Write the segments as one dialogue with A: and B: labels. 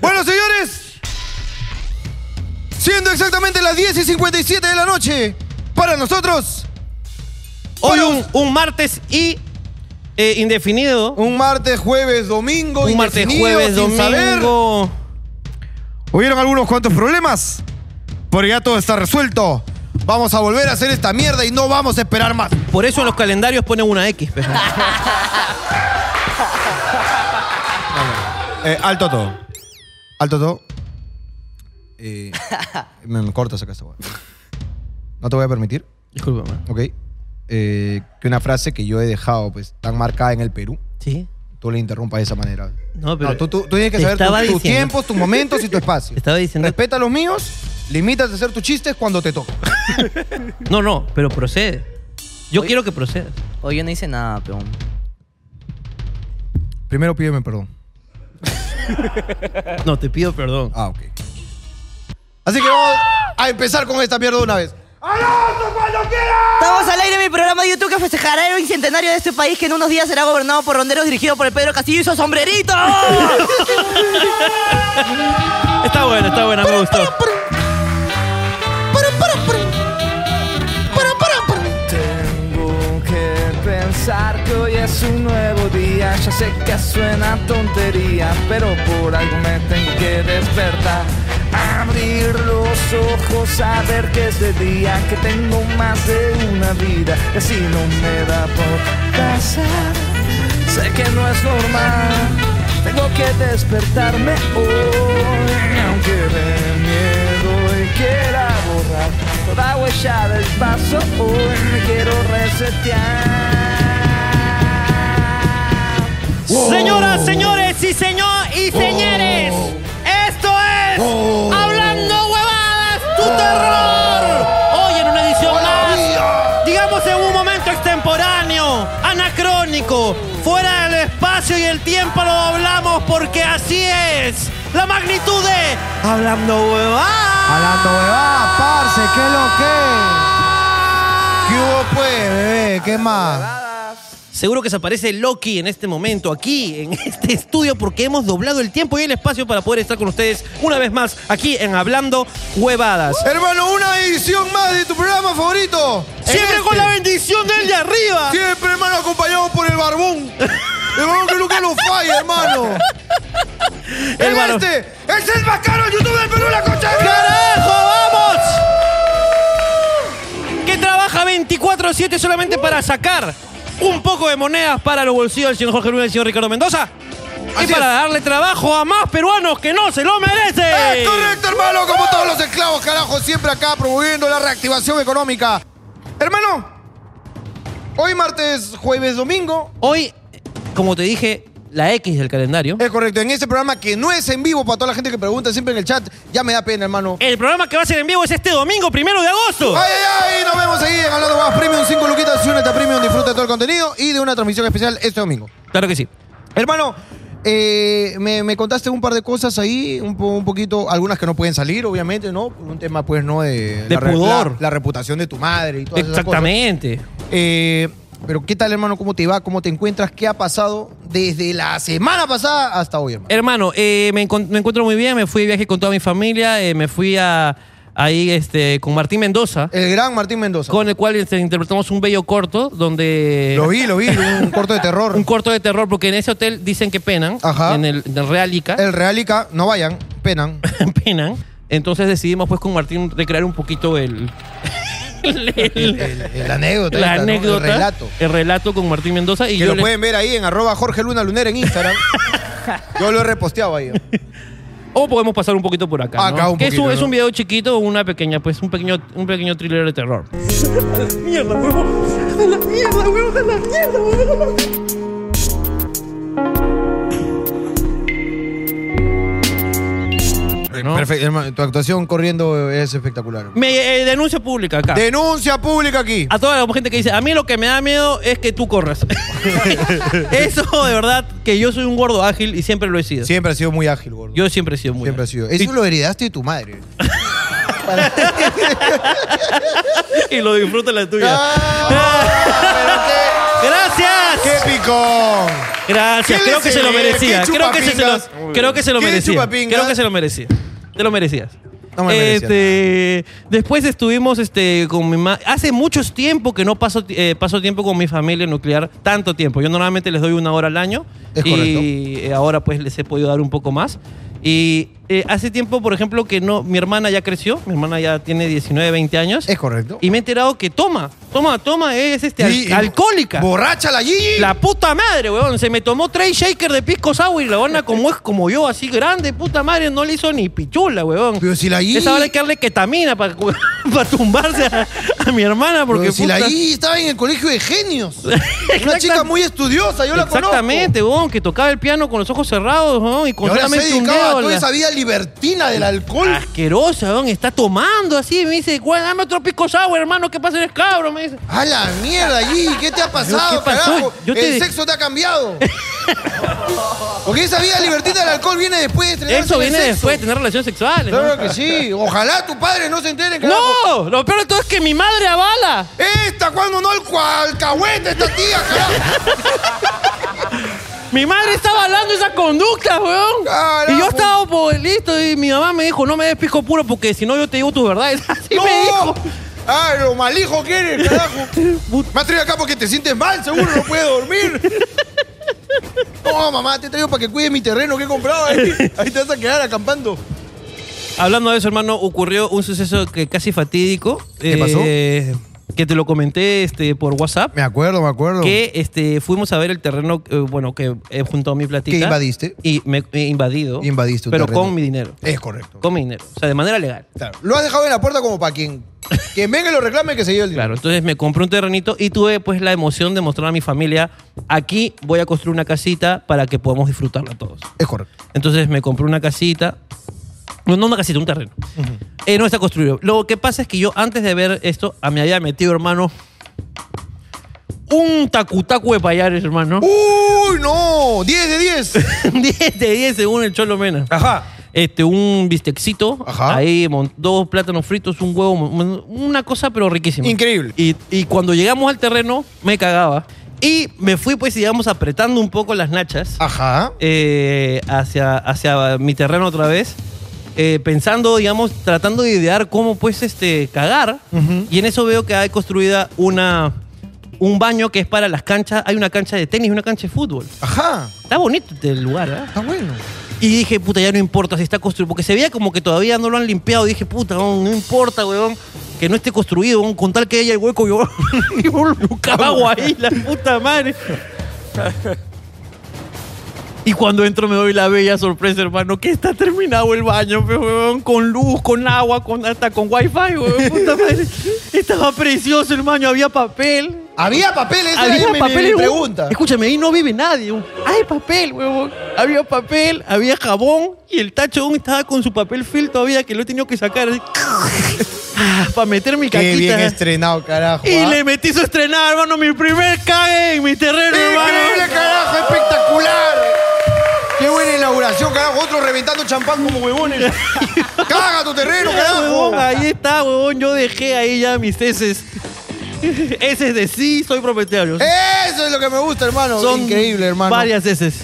A: Bueno, señores, siendo exactamente las 10 y 57 de la noche, para nosotros,
B: Hoy
A: Para
B: un,
A: us-
B: un martes y eh, indefinido.
A: un martes, jueves, domingo,
B: Un martes,
A: indefinido,
B: jueves,
A: sin saber.
B: domingo.
A: Hubieron algunos cuantos problemas, pero ya todo está resuelto. Vamos a volver a hacer esta mierda y no vamos a esperar más.
B: Por eso en los calendarios ponen una X. pe.
A: Eh, alto todo. Alto todo. Eh, me, me cortas acá esta hueá. No te voy a permitir,
B: Discúlpame.
A: ¿ok? Eh, que una frase que yo he dejado pues tan marcada en el Perú,
B: Sí.
A: tú la interrumpas de esa manera.
B: No, pero.
A: No, tú, tú- tú tienes que
B: te
A: saber
B: estaba
A: tus- tus
B: diciendo-
A: tiempos, tus momentos y tu espacio.
B: te Estaba diciendo.
A: Respeta los míos, limitas de hacer tus chistes cuando te toca.
B: No, no, pero procede. Yo quiero que procedas.
C: Hoy yo no hice nada, peón.
A: Primero pídeme perdón. Eh.
B: No, te pido perdón.
A: Ah, ok. Así que vamos a empezar con esta mierda de una vez.
C: Estamos al aire en mi programa de YouTube que festejará el bicentenario de este país que en unos días será gobernado por ronderos dirigido por el Pedro Castillo y su sombrerito.
B: Está bueno, está bueno, me gustó.
D: Tengo que pensar que hoy es un nuevo día. Ya sé que suena tontería, pero por algo me tengo que despertar. Abrir los ojos, saber que es de día, que tengo más de una vida, que si no me da por pasar. Sé que no es normal, tengo que despertarme hoy, aunque de miedo y quiera borrar toda huella del paso, hoy me quiero resetear.
B: Señoras, señores y señor y señores, esto es Hablando Huevadas, tu terror. Hoy en una edición más, digamos en un momento extemporáneo, anacrónico, fuera del espacio y el tiempo lo hablamos porque así es la magnitud de Hablando Huevadas.
A: Hablando huevada, parce, ¿qué lo que? ¿Qué hubo pues, bebé? ¿Qué más?
B: Seguro que se aparece Loki en este momento, aquí, en este estudio, porque hemos doblado el tiempo y el espacio para poder estar con ustedes una vez más aquí en Hablando Huevadas.
A: Hermano, una edición más de tu programa favorito.
B: Siempre
A: Este.
B: con la bendición del de arriba.
A: Siempre, hermano, acompañado por el barbón. El barbón que nunca nos falla, hermano.
B: El
A: El
B: barbón.
A: este es el más caro en YouTube del Perú, la concha de mi madre.
B: ¡Carajo, vamos! Que trabaja 24-7 solamente para sacar un poco de monedas para los bolsillos del señor Jorge Luna y del señor Ricardo Mendoza. y
A: Así
B: para
A: es.
B: darle trabajo a más peruanos que no se lo merecen.
A: Es ¡Eh, correcto, hermano, como todos los esclavos, carajo, siempre acá promoviendo la reactivación económica. Hermano, hoy martes, jueves, domingo.
B: Hoy, como te dije, la X del calendario.
A: Es correcto, en este programa que no es en vivo, para toda la gente que pregunta siempre en el chat, ya me da pena, hermano.
B: El programa que va a ser en vivo es este domingo, primero de agosto.
A: ¡Ay, ay, ay! Nos vemos ahí en Hablando Más Premium, 5 luquitas, únete a Premium, disfruta de todo el contenido y de una transmisión especial este domingo.
B: Claro que sí.
A: Hermano, eh, me, me contaste un par de cosas ahí, un, po- un poquito, algunas que no pueden salir, obviamente, ¿no? Por Un tema, pues, ¿no? De,
B: De
A: la re-
B: pudor.
A: La, la reputación de tu madre y todas esas cosas.
B: Exactamente.
A: Eh, pero, ¿qué tal, hermano? ¿Cómo te va? ¿Cómo te encuentras? ¿Qué ha pasado desde la semana pasada hasta hoy, hermano?
B: Hermano, eh, me, encon- me encuentro muy bien. Me fui de viaje con toda mi familia. eh, me fui a, ahí este, con Martín Mendoza,
A: El gran Martín Mendoza.
B: con el cual este, interpretamos un bello corto donde...
A: Lo vi, lo vi, un corto de terror.
B: Un corto de terror, porque en ese hotel dicen que penan.
A: Ajá. Eh.
B: En el, en el Real Ica.
A: El Real Ica, no vayan, penan.
B: penan. Entonces decidimos pues con Martín recrear un poquito el... el- el-
A: El, el anécdota.
B: la
A: esta, ¿no?
B: anécdota.
A: El relato.
B: el relato con Martín Mendoza. Y
A: Que
B: yo
A: lo
B: les-
A: pueden ver ahí en arroba Jorge Luna Lunera en Instagram. Yo lo he reposteado ahí.
B: O podemos pasar un poquito por acá.
A: Acá
B: ¿no?
A: un
B: que es
A: poquito,
B: un- es, un,
A: ¿no?
B: video chiquito, una pequeña, pues un pequeño, un pequeño thriller de terror. ¿no?
A: Perfecto, hermano. Tu actuación corriendo es espectacular.
B: Me eh, denuncia pública acá.
A: Denuncia pública aquí.
B: a toda la gente que dice, a mí lo que me da miedo es que tú corras. Eso de verdad, que yo soy un gordo ágil y siempre lo he sido.
A: Siempre ha sido muy ágil, gordo.
B: Yo siempre he sido muy
A: Siempre ha
B: ágil.
A: sido. Eso lo heredaste de tu madre.
B: y lo disfruta la tuya.
A: Ah, pero qué-
B: ¡Gracias! más.
A: ¡Qué picón!
B: Gracias,
A: ¿Qué
B: creo
A: le
B: que se lo
A: sé?
B: merecía.
A: ¿Qué
B: Creo que, se lo,
A: chupapingas? Muy
B: creo
A: bien.
B: que se lo
A: ¿Qué
B: merecía.
A: chupapingas?
B: Creo que se lo merecía. Te lo merecías.
A: No me merecía
B: Este, después estuvimos este, con mi mamá. Hace mucho tiempo que no paso, ti- eh, paso tiempo con mi familia nuclear. Tanto tiempo. Yo normalmente les doy una hora al año.
A: Es
B: y eh, ahora pues les he podido dar un poco más. Y eh, hace tiempo, por ejemplo, que no, mi hermana ya creció. Mi hermana ya tiene 19, 20 años.
A: Es correcto.
B: Y me he enterado que toma, toma, toma, es este,
A: Y-
B: al- alcohólica.
A: ¿Borracha la Gigi?
B: La puta madre, weón. Se me tomó tres shakers de pisco sour y la banda como es como yo, así grande, puta madre, no le hizo ni pichula, weón.
A: Pero si la Gigi...
B: Esa hora hay que darle ketamina para tumbarse a, a mi hermana porque
A: Pero si
B: puta-
A: la Gigi estaba en el colegio de genios. Una
B: Exacta-
A: chica muy estudiosa, yo la conozco.
B: Exactamente, weón, que tocaba el piano con los ojos cerrados, weón, y
A: Y
B: con
A: ahora se
B: solamente un Ah.
A: dedicaba a
B: dedo.
A: toda
B: la-
A: esa vida libertina del alcohol.
B: Asquerosa, weón, está tomando así, me dice, "Güey, dame otro pisco sour, hermano, que pase el cabro, me dice.
A: A la mierda, Gigi, ¿qué te ha pasado,
B: ¿qué pasó?
A: carajo?
B: Yo te-
A: El sexo te ha cambiado. Porque esa vida libertina del alcohol viene después de estrenarse
B: Eso
A: en el
B: viene
A: sexo.
B: después de tener relaciones sexuales. ¿no?
A: Claro que sí. Ojalá tu padre no se entere, carajo.
B: No, lo peor de todo es que mi madre avala.
A: Esta, cuando no, el cua- alcahuete, esta tía, carajo.
B: Mi madre estaba hablando esa conducta, weón.
A: Carajo.
B: Y yo estaba pues, listo y mi mamá me dijo, no me des pisco puro porque si no yo te digo tus verdades. Así me dijo.
A: No. Ah, lo mal hijo que eres, carajo. Me has traído acá porque te sientes mal, seguro no puedes dormir. No, mamá, te traigo para que cuides mi terreno que he comprado ahí. Ahí te vas a quedar acampando.
B: Hablando de eso, hermano, ocurrió un suceso que casi fatídico.
A: ¿Qué pasó?
B: pasó? Que te lo comenté este, por WhatsApp.
A: acuerdo, me acuerdo.
B: Que este, fuimos a ver el terreno, eh, bueno, que he juntado mi platita.
A: Que invadiste.
B: Y me he invadido.
A: Invadiste un
B: Pero
A: terreno.
B: con mi dinero.
A: Es correcto.
B: Con mi dinero. O sea, de manera legal.
A: Claro. Lo has dejado en la puerta como para quien, quien venga y lo reclame y que se lleve el dinero.
B: Claro, entonces me compré un terrenito y tuve pues la emoción de mostrar a mi familia, aquí voy a construir una casita para que podamos disfrutarla todos.
A: Es correcto.
B: Entonces me compré una casita, no, no una casita, un terreno. Eh, no está construido. Lo que pasa es que yo antes de ver esto, a mi había metido, hermano, un tacutaco de payares, hermano.
A: Uh. ¡Uy, no! ¡10 de 10!
B: 10 de 10 según el Cholo Mena.
A: Ajá.
B: Este, un bistecito,
A: Ajá.
B: ahí mon- dos plátanos fritos, un huevo, mon- una cosa pero riquísima.
A: Increíble.
B: Y, y cuando llegamos al terreno, me cagaba. Y me fui, pues, digamos, apretando un poco las nachas
A: Ajá.
B: eh, hacia, hacia mi terreno otra vez. eh, pensando, digamos, tratando de idear cómo, pues, este, cagar. Y en eso veo que hay construida una, un baño que es para las canchas. Hay una cancha de tenis y una cancha de fútbol.
A: Ajá.
B: Está bonito el lugar, ¿verdad?
A: Está bueno.
B: Y dije, puta, ya no importa si está construido. Porque se veía como que todavía no lo han limpiado. Dije, puta, no, no importa, weón. Que no esté construido, weón. Con tal que haya el hueco, yo, yo lo cago ahí, la puta madre. Y cuando entro me doy la bella sorpresa, hermano, que está terminado el baño, pe, weón, con luz, con agua, con, hasta con wifi, weón, puta madre. Estaba precioso el baño, había papel.
A: Había papel, esa
B: Había
A: era mi- mi,
B: papel.
A: mi
B: en un-
A: pregunta.
B: Escúchame, ahí no vive nadie. un- Hay papel, huevón. Había papel, había jabón y el tacho aún estaba con su papel film todavía que lo he tenido que sacar. para meter mi caquita. ¿eh?
A: estrenado, carajo.
B: y
A: ¿ah?
B: le metí su estrenada, hermano, mi primer cague en mi terreno,
A: ¡Increíble,
B: hermano.
A: carajo! ¡Espectacular! ¡Qué buena inauguración, carajo! Otro reventando champán como huevones. ¡Caga tu terreno, carajo!
B: Ah, Huevón, ahí está, huevón. Yo dejé ahí ya mis heces. heces de sí, soy propietario.
A: Eso es lo que me gusta, hermano.
B: Son
A: Increíble, hermano.
B: Varias veces.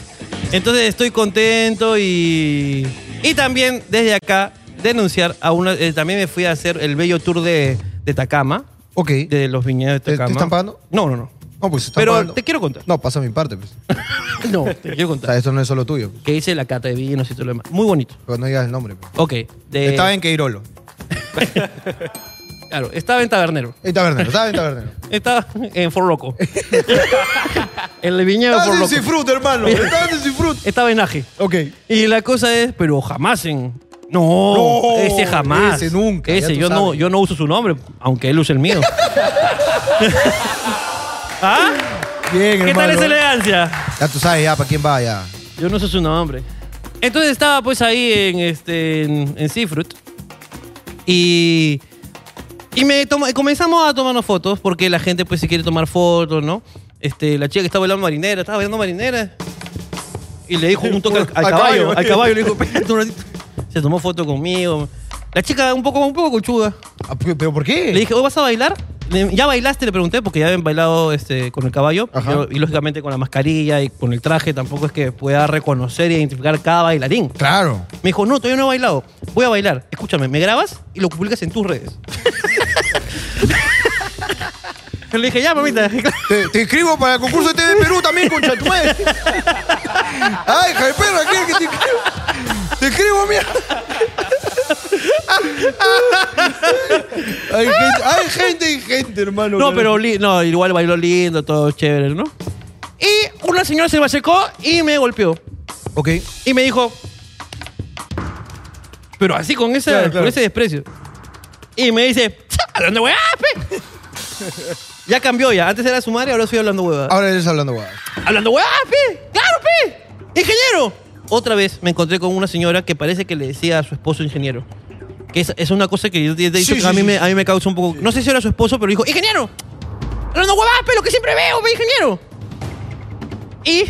B: Entonces estoy contento y. Y también desde acá denunciar a una. eh, también me fui a hacer el bello tour de, de Tacama.
A: Ok.
B: De los viñedos de
A: ¿Te- te
B: Tacama.
A: están pagando?
B: No, no, no.
A: No, pues están
B: Pero
A: pagando.
B: te quiero contar.
A: No, pasa mi parte, pues.
B: No, te quiero
A: O sea,
B: contar.
A: esto no es solo tuyo.
B: Que hice la cata de vinos y todo lo demás. Muy bonito.
A: Pero no digas el nombre. pues.
B: Ok. de-
A: Estaba en Queirolo.
B: Claro, estaba en Tabernero.
A: En Tabernero, estaba en Tabernero.
B: Estaba en Forloco. en el viñedo de
A: Estaba en
B: Forloco.
A: Cifrut, hermano. Estaba en Cifrut.
B: Estaba en Aje.
A: Ok.
B: Y la cosa es, pero jamás en. No,
A: No,
B: ese jamás.
A: ese nunca, ya tú
B: Ese, yo no,
A: sabes.
B: yo no uso su nombre, aunque él use el mío. ¿Ah?
A: Bien,
B: ¿Qué tal
A: hermano.
B: esa elegancia?
A: Ya tú sabes, ya, para quién va, ya.
B: Yo no uso su nombre. Entonces estaba pues ahí en este. en, en Seafruit. Y. Y me tomo- y comenzamos a tomarnos fotos porque la gente pues se quiere tomar fotos, ¿no? Este, la chica que estaba bailando marinera, estaba bailando marinera. Y le dijo un toque al, pues, al
A: Al
B: caballo,
A: caballo.
B: al caballo, le dijo, "Espérate un ratito". Se tomó foto conmigo. La chica un poco, un poco conchuda.
A: Ah, ¿Pero pero por qué?
B: Le dije, ¿hoy vas a bailar? de- ¿Ya bailaste? Le pregunté, porque ya habían bailado este, con el caballo.
A: Ajá.
B: pero- y lógicamente con la mascarilla y con el traje tampoco es que pueda reconocer e identificar cada bailarín.
A: Claro.
B: Me dijo, no, todavía no he bailado. Voy a bailar. Escúchame, me grabas y lo publicas en tus redes. Yo le dije, ya, mamita.
A: Te, te escribo para el concurso este de TV Perú también, concha tu madre. Ay, hija de perra, ¿quieres que te escribo? Te escribo, mierda. Hay gente, hay gente y gente, hermano.
B: No, pero li- no, igual bailó lindo, todo chévere, ¿no? Y una señora se me acercó y me golpeó.
A: Ok.
B: Y me dijo. Pero así con, esa-
A: Claro, claro.
B: con ese desprecio. Y me dice, "Cha, hablando huevadas, pe". ya cambió ya. Antes era su madre, ahora soy hablando huevadas.
A: Ahora eres hablando guay.
B: Hablando huevadas, pe. Claro, pe. Ingeniero. Otra vez me encontré con una señora que parece que le decía a su esposo ingeniero. Que es, es una cosa que yo te he dicho
A: Sí,
B: que
A: sí,
B: a, mí
A: sí,
B: me,
A: sí.
B: a mí me causa un poco... No sé si era su esposo, pero dijo, ingeniero. Hablando huevadas, pe, lo que siempre veo, pe, ingeniero. Y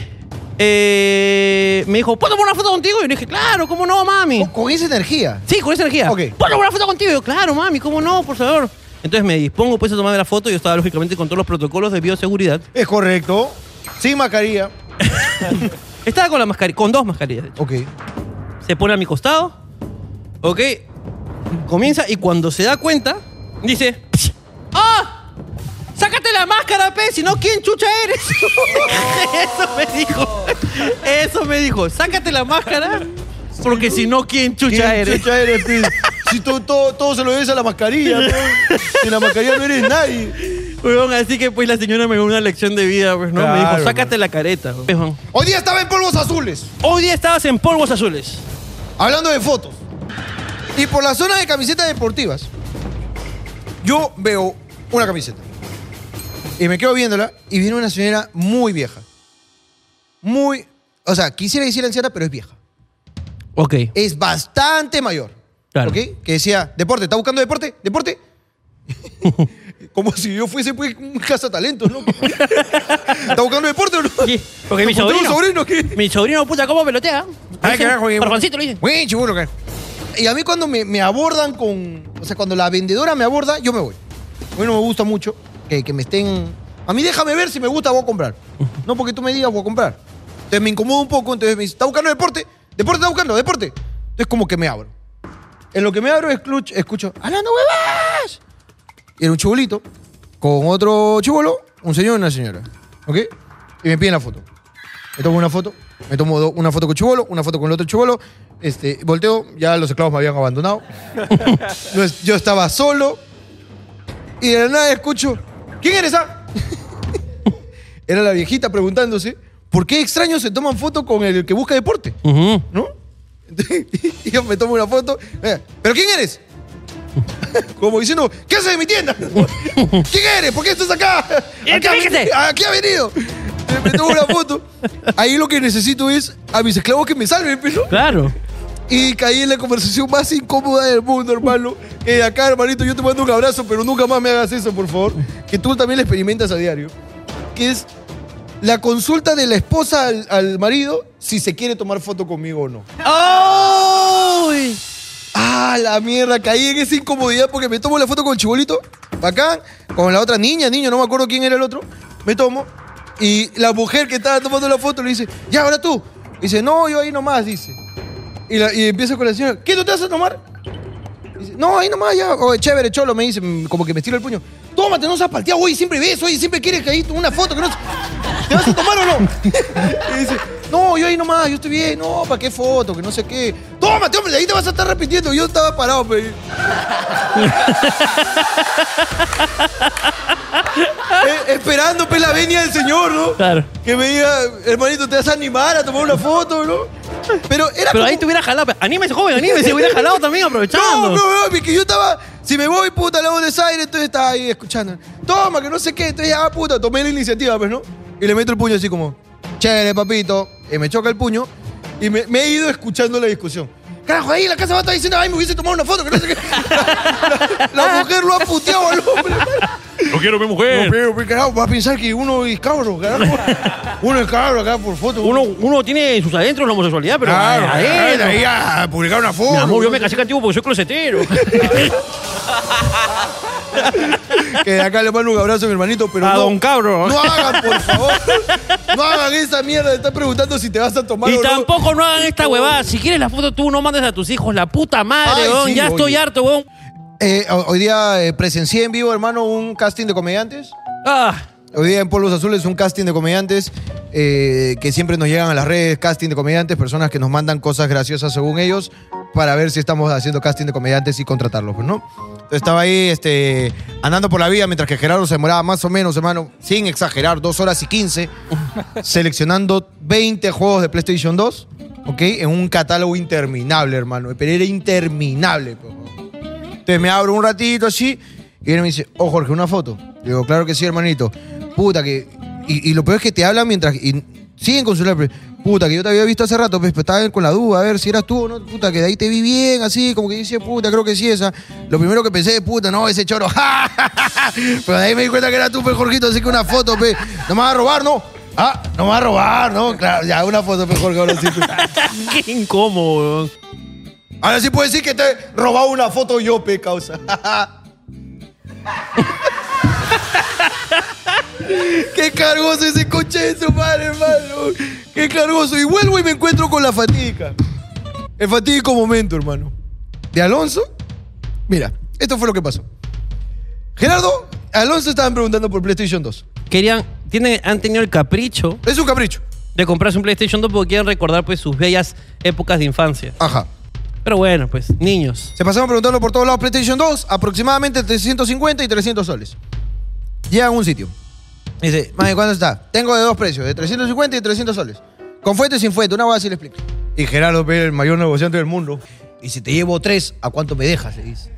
B: eh, me dijo, ¿puedo tomar una foto contigo? Y yo le dije, claro, ¿cómo no, mami?
A: Con, con esa energía.
B: Sí, con esa energía.
A: Ok.
B: Ponlo una foto contigo. Y yo, claro, mami, ¿cómo no? Por favor. Entonces me dispongo pues a tomarme la foto. Yo estaba lógicamente con todos los protocolos de bioseguridad.
A: Es correcto. Sin mascarilla.
B: Estaba con la mascarilla, con dos mascarillas. de hecho.
A: Ok.
B: Se pone a mi costado. Ok. Comienza y cuando se da cuenta, dice. ¡Ah! ¡Sácate la máscara, pe! Si no, ¿quién chucha eres? Eso me dijo. Eso me dijo. Sácate la máscara. Porque si no, ¿quién chucha
A: ¿Quién
B: eres?
A: chucha eres, pis? Si todo, todo, todo se lo debes a la mascarilla, ¿no? Sin la mascarilla no eres nadie.
B: Weón, así que pues la señora me dio una lección de vida, pues, ¿no? me
A: Claro,
B: dijo, sácate la careta. weón. Weón,
A: Hoy día estaba en polvos azules.
B: Hoy día estabas en polvos azules.
A: Hablando de fotos. Y por la zona de camisetas deportivas, yo veo una camiseta. Y me quedo viéndola y viene una señora muy vieja. Muy, o sea, quisiera decir anciana, pero es vieja.
B: Ok.
A: Es bastante mayor.
B: Claro.
A: ¿Ok? Que decía, deporte, ¿está buscando deporte? ¿Deporte? Como si yo fuese pues un cazatalentos, ¿no? ¿Está buscando deporte o no?
B: Sí, porque mi
A: ¿Te encontró un
B: sobrino-
A: sobrino qué?
B: Mi sobrino, puta, ¿cómo pelotea?
A: Ay, carajo, güey.
B: Parfancito le dicen.
A: Güey, chibolo, carajo. Y a mí cuando me, me abordan con... O sea, cuando la vendedora me aborda, yo me voy. A mí no me gusta mucho que, que me estén... A mí déjame ver si me gusta, voy a comprar. No porque tú me digas, voy a comprar. Entonces me incomoda un poco, entonces me dice, ¿está buscando deporte? ¿Deporte está buscando? ¿Deporte? Entonces como que me abro. En lo que me abro escucho, escucho ¡Hablando huevas! Y era un chibolito con otro chibolo, un señor y una señora. ¿Ok? Y me piden la foto. Me tomo una foto, me tomo do- una foto con Chubolo, una foto con el otro Chubolo. Este, volteo, ya los esclavos me habían abandonado. No es- Yo estaba solo. Y de la nada escucho, ¿quién eres? ah?" Era la viejita preguntándose, ¿por qué extraños se toman fotos con el que busca deporte?
B: Ujú.
A: ¿No? Y yo me tomo una foto. eh, ¿Pero quién eres? Como diciendo, ¿qué haces en mi tienda? ¿Quién eres? ¿Por qué estás acá? ¿A qué ha
B: Identifíquete.
A: venido? ¿A qué ha venido? Me tomo una foto. Ahí lo que necesito es a mis esclavos que me salven, pero.
B: Claro.
A: Y caí en la conversación más incómoda del mundo, hermano. Eh, acá, hermanito, yo te mando un abrazo, pero nunca más me hagas eso, por favor. Que tú también lo experimentas a diario. Que es la consulta de la esposa al, al marido si se quiere tomar foto conmigo o no.
B: ¡Ay!
A: Ah, la mierda, caí en esa incomodidad porque me tomo la foto con el chibolito, bacán, con la otra niña, niño, no me acuerdo quién era el otro, me tomo, y la mujer que estaba tomando la foto le dice, ya, ahora tú. dice, no, yo ahí nomás, dice. Y, la- y empieza con la señora, ¿qué tú te vas a tomar? Dice, no, ahí nomás ya, oye, chévere, cholo, me dice, mm, como que me estira el puño. Tómate, no seas palteado, oye, siempre ves, oye, siempre quieres que ahí tome una foto, que no se- ¿Te vas a tomar o no? y dice, no, yo ahí nomás, yo estoy bien, no, ¿para qué foto? Que no sé qué. Tómate, hombre, de ahí te vas a estar repitiendo. Yo estaba parado, pe. Eh, esperando, pe, la venia del señor, ¿no?
B: Claro.
A: Que me diga, hermanito, te vas a animar a tomar una foto, ¿no? Pero era
B: Pero
A: como-
B: ahí te hubiera jalado. pe. Anímese, joven, anímese. Hubiera jalado también aprovechando.
A: no, no, no, que yo estaba. Si me voy, puta, la voz de Zaire, entonces estaba ahí escuchando. Toma, que no sé qué. Entonces, ah, puta, tomé la iniciativa, pues, ¿no? Y le meto el puño así como, chévere, papito. Y me choca el puño. Y me, me he ido escuchando la discusión. Carajo, ahí la casa va a estar diciendo, ay, me hubiese tomado una foto, que no sé qué. La, la mujer lo ha puteado al hombre.
E: No quiero mi
A: No,
E: mujer.
A: pero, pero, carajo, va a pensar que uno es cabro, carajo. Uno es cabro acá por foto.
B: Uno, uno tiene en sus adentros la homosexualidad, pero.
A: Claro,
B: adentro.
A: claro, ahí a publicar una foto.
B: Mi amor, yo me casé contigo porque soy closetero.
A: que de acá le mando un abrazo a mi hermanito, pero
E: A
A: no,
E: don cabro.
A: No hagan, por favor. No hagan esa mierda. Están preguntando si te vas a tomar
B: Y
A: o no.
B: tampoco no hagan esta huevada. Si quieres la foto, tú no mandes a tus hijos. La puta madre,
A: Ay,
B: weón.
A: sí,
B: ya estoy
A: oye.
B: harto, weón.
A: Eh, ho- hoy día eh, presencié en vivo, hermano, un casting de comediantes.
B: Ah,
A: Hoy día en Polvos Azules un casting de comediantes eh, que siempre nos llegan a las redes, casting de comediantes, personas que nos mandan cosas graciosas según ellos para ver si estamos haciendo casting de comediantes y contratarlos, pues, ¿no? Entonces, Estaba ahí este, andando por la vía mientras que Gerardo se demoraba más o menos, hermano, sin exagerar, dos horas y quince, seleccionando 20 juegos de PlayStation 2, ¿ok? En un catálogo interminable, hermano, pero era interminable, pues, ¿no? Entonces me abro un ratito así y él me dice, oh Jorge, una foto. Le digo, claro que sí, hermanito. Puta que. Y, y lo peor es que te hablan mientras. Y siguen con su lápiz. Puta, que yo te había visto hace rato, pues, pero estaba con la duda, a ver si eras tú o no. Puta, que de ahí te vi bien, así, como que dice, puta, creo que sí esa. Lo primero que pensé, puta, no, ese choro. ja, ja, ja, ja. pero de ahí me di cuenta que era tú, pues, Jorgito, así que una foto, pues. No me vas a robar, ¿no? Ah, no me vas a robar, ¿no? Claro, ya, una foto, pues, Jorge, ahora sí. pues.
B: qué incómodo, weón.
A: Ahora sí puedo decir que te he robado una foto yo, pe, causa. Qué cargoso ese coche de su madre, hermano. Qué cargoso. Y vuelvo y me encuentro con la fatiga. El fatídico momento, hermano. De Alonso. Mira, esto fue lo que pasó. Gerardo, Alonso estaban preguntando por PlayStation 2.
B: Querían, tienen, han tenido el capricho
A: Es un capricho.
B: de comprarse un PlayStation 2 porque quieren recordar pues sus bellas épocas de infancia.
A: Ajá.
B: Pero bueno, pues, niños.
A: Se pasaron preguntando por todos lados PlayStation 2, aproximadamente 350 y 300 soles. Llega a un sitio. Dice, mami, ¿cuándo está? Tengo de dos precios, de 350 y 300 soles. Con fuente y sin fuente, una cosa así le explico. Y Gerardo Pérez, el mayor negociante del mundo. Y si te llevo tres, ¿a cuánto me dejas? Le dice.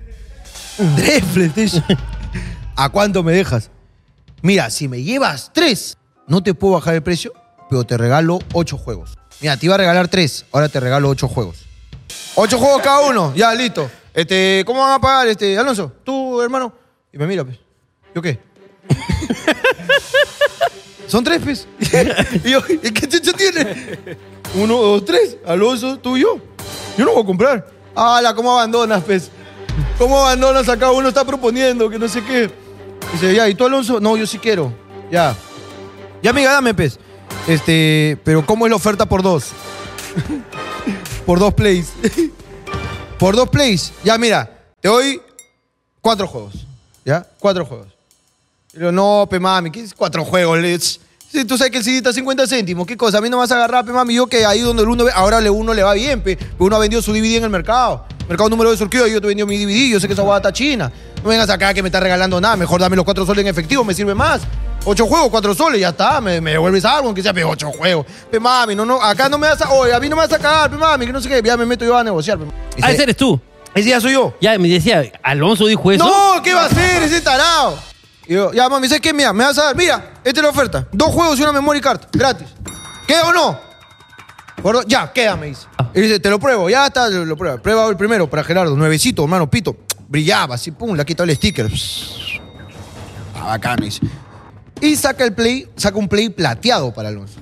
A: ¿Tres PlayStation? ¿A cuánto me dejas? Mira, si me llevas tres, no te puedo bajar el precio, pero te regalo ocho juegos. Mira, te iba a regalar tres, ahora te regalo ocho juegos. Ocho juegos cada uno. Ya, listo. Este, ¿cómo van a pagar, este, Alonso? Tú, hermano. Y me mira, pues. ¿Yo qué? Son tres, pues. y yo, ¿y qué chucha tiene? Uno, dos, tres. Alonso, tú y yo. Yo no voy a comprar. Ala, ¿cómo abandonas, pues? ¿Cómo abandonas acá? Uno está proponiendo que no sé qué. Dice, ya, ¿y tú, Alonso? No, yo sí quiero. Ya. Ya, amiga, dame, pues. Este, pero ¿cómo es la oferta por dos? por dos plays. por dos plays. Ya, mira, te doy cuatro juegos. ¿Ya? Cuatro juegos. Y yo, no, pe mami, ¿qué es cuatro juegos? Le- tss. Sí, tú sabes que el CD está 50 céntimos, ¿qué cosa? A mí no me vas a agarrar, pe mami. Yo que ahí donde el uno ve, ahora le uno le va bien, pe. Porque uno ha vendido su DVD en el mercado. Mercado número de surquido, yo te he vendido mi DVD, yo sé que esa guada está china. No vengas acá que me está regalando nada, mejor dame los cuatro soles en efectivo, me sirve más. Ocho juegos, cuatro soles, ya está, me, me devuelves algo, aunque sea, pe, ocho juegos. Pe mami, no, no, acá no me vas a, oye, a mí no me vas a sacar, pe mami, que no sé qué, ya me meto yo a negociar, pe.
B: Ah, ese eres tú.
A: Ese ya soy yo.
B: Ya me decía, Alonso dijo eso.
A: No, ¿qué va a hacer ese tarado? Y yo, ya, mami, ¿sabes qué? Mira, me vas a dar, mira, esta es la oferta. Dos juegos y una memory card, gratis. ¿Queda o no? Gordo, ya, queda, me dice. Y dice, te lo pruebo, ya está, lo, lo prueba. Prueba el primero para Gerardo, nuevecito, hermano, pito. Brillaba, así, pum, le ha quitado el sticker. Ah, bacán, me dice. Y saca el play, saca un play plateado para Alonso.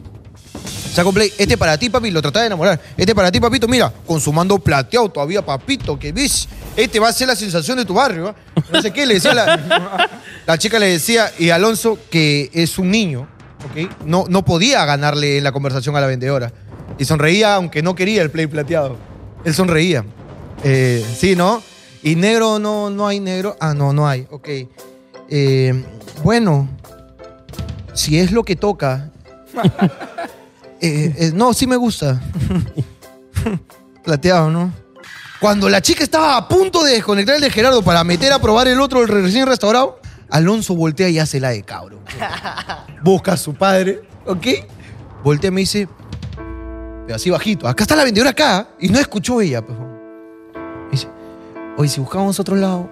A: Saca un play, este para ti, papi, lo trataba de enamorar. Este para ti, papito, mira, con su mando plateado todavía, papito, que ves. Este va a ser la sensación de tu barrio, ¿ah? No sé qué le decía la, la chica le decía, y Alonso, que es un niño, ¿ok? No, no podía ganarle en la conversación a la vendedora. Y sonreía, aunque no quería el play plateado. Él sonreía. Eh, sí, ¿no? Y negro, no, no hay negro. Ah, no, no hay. Ok. Eh, bueno, si es lo que toca. Eh, eh, no, sí me gusta. Plateado, ¿no? Cuando la chica estaba a punto de desconectar el de Gerardo para meter a probar el otro, el recién restaurado, Alonso voltea y hace la de cabro. Busca a su padre, ¿ok? Voltea y me dice, pero así bajito, acá está la vendedora acá, y no escuchó ella. pues. Dice, oye, si buscábamos otro lado.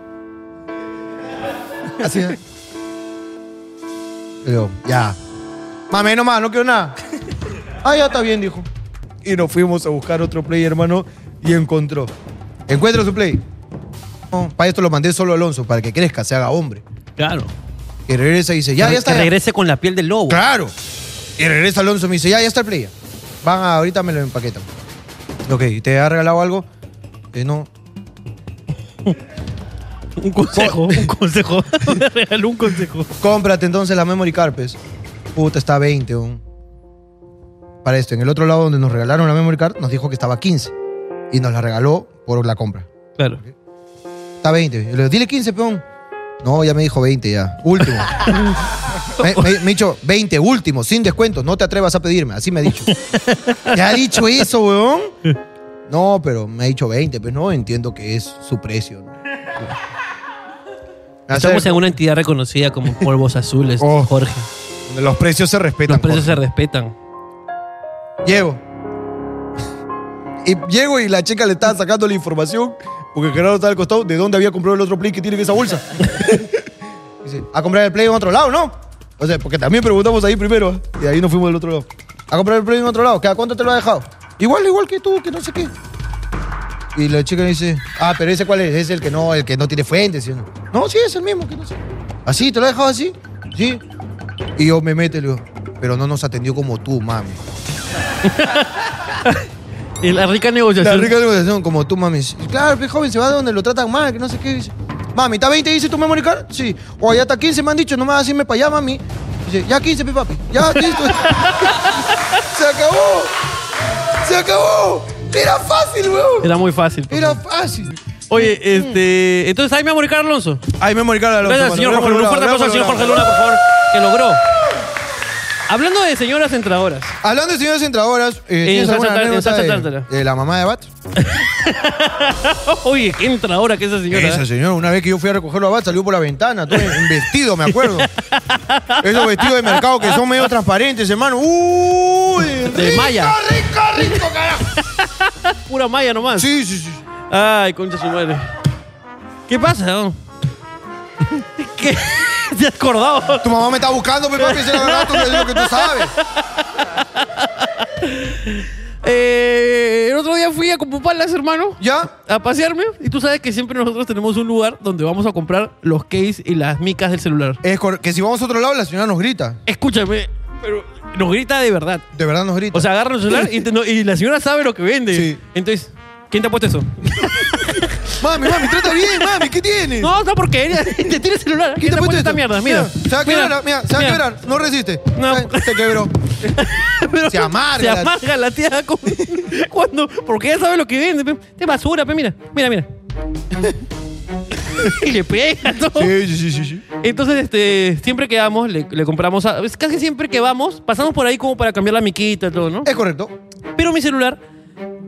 A: Así. ¿eh? Le digo, ya. Mame, no más, no quiero nada. Ah, ya está bien, dijo. Y nos fuimos a buscar otro play, hermano, y encontró. Encuentra su play. No, para esto lo mandé solo a Alonso, para que crezca, se haga hombre.
B: Claro.
A: Y regresa y dice, ya,
B: que,
A: ya está.
B: que
A: ya".
B: regrese con la piel del lobo.
A: Claro. Y regresa Alonso y me dice, ya, ya está el play. Van a, ahorita me lo empaquetan. Ok, ¿te ha regalado algo? Eh, no.
B: Un consejo, un consejo. Me regaló un consejo.
A: Cómprate entonces la memory carpes. Puta, está a 20. un- Para esto, en el otro lado donde nos regalaron la memory card, nos dijo que estaba a 15. Y nos la regaló por la compra.
B: Claro.
A: Está a 20. Yo le digo, dile 15, peón. No, ya me dijo 20 ya. Último. me, me- me ha dicho 20, último, sin descuento. No te atrevas a pedirme. Así me ha dicho. ¿Te ha dicho eso, weón? No, pero me ha dicho 20. Pues no, entiendo que es su precio. ¿no?
B: Estamos en una entidad reconocida como Polvos Azules,
A: Oh.
B: Jorge.
A: Los precios se respetan.
B: Los precios se respetan.
A: Llego. Y llego y la chica le estaba sacando la información, porque Gerardo estaba al costado, de dónde había comprado el otro play que tiene en esa bolsa. Dice, a comprar el play en otro lado, ¿no? O sea, porque también preguntamos ahí primero, ¿eh? y ahí nos fuimos del otro lado. A comprar el play en otro lado, ¿cada cuánto te lo ha dejado? Igual, igual que tú, que no sé qué. Y la chica me dice, ah, pero ese cuál es, es el que no, el que no tiene fuentes. ¿sí o no? no, sí, es el mismo, que no sé. ¿Así? ¿Te lo ha dejado así? Sí. Y yo me meto y le digo, pero no nos atendió como tú, mami.
B: Y la rica
A: La
B: negociación.
A: rica negociación, como tú, mami. dice, Claro, pues joven, se va de donde lo tratan mal, que no sé qué. Dice, mami, ¿está 20? Dice, ¿tú me moricar? Sí. O ya está 15, me han dicho, nomás así me para allá, mami. Dice, ya 15, pe, papi. Ya, listo. se acabó. Se acabó. Era fácil, weón.
B: Era muy fácil. por
A: Era
B: favor.
A: fácil.
B: Oye, este. Entonces ahí me morir Alonso.
A: Ay, me morí cara
B: Gracias, señor Jorge Luna. Un fuerte aplauso al señor Jorge Luna, por favor, que logró. Hablando de señoras entradoras.
A: Hablando de señoras entradoras, eh, ¿tienes
B: salsa
A: alguna
B: tar- en
A: anécdota
B: salsa
A: de-
B: tártara.
A: de la mamá de Bat?
B: Oye, qué entradora que es esa señora. ¿eh?
A: Esa señora, una vez que yo fui a recogerlo a Bat, salió por la ventana, todo en en vestido, me acuerdo. Esos vestidos de mercado que son medio transparentes, hermano. ¡Uy!
B: De malla.
A: rico, rico, carajo!
B: Pura maya nomás.
A: Sí, sí, sí.
B: Ay, concha su madre. ¿Qué pasa? don? ¿Qué? ¿Te has acordado?
A: Tu mamá me está buscando, pero papi, ese era barato, que es lo que tú sabes.
B: Eh, el otro día fui a Copupalas, hermano.
A: ¿Ya?
B: a pasearme y tú sabes que siempre nosotros tenemos un lugar donde vamos a comprar los case y las micas del celular.
A: Es cor- que si vamos a otro lado, la señora nos grita.
B: Escúchame, pero nos grita de verdad.
A: De verdad nos grita.
B: O sea, agarra el celular y, te- no- y la señora sabe lo que vende.
A: Sí.
B: Entonces, ¿quién te ha puesto eso?
A: mami, mami, trata bien, mami, ¿qué tienes?
B: No, no, porque ella te tiene el celular. ¿Quién te ha puesto esta
A: esto?
B: mierda? Mira.
A: Se va a quebrar, mira, se va a quebrar. No resiste.
B: No.
A: Eh, Se quebró.
B: Pero
A: Se amarga
B: Se
A: la-
B: amarga la tía con- cuando. Porque ella sabe lo que vende. pe. Es basura, pe, mira. Mira, mira. y le pega todo.
A: Sí, sí, sí, sí, sí.
B: Entonces, este, siempre que vamos, le, le compramos. a- es casi siempre que vamos, pasamos por ahí como para cambiar la miquita y todo, ¿no?
A: Es correcto.
B: Pero mi celular,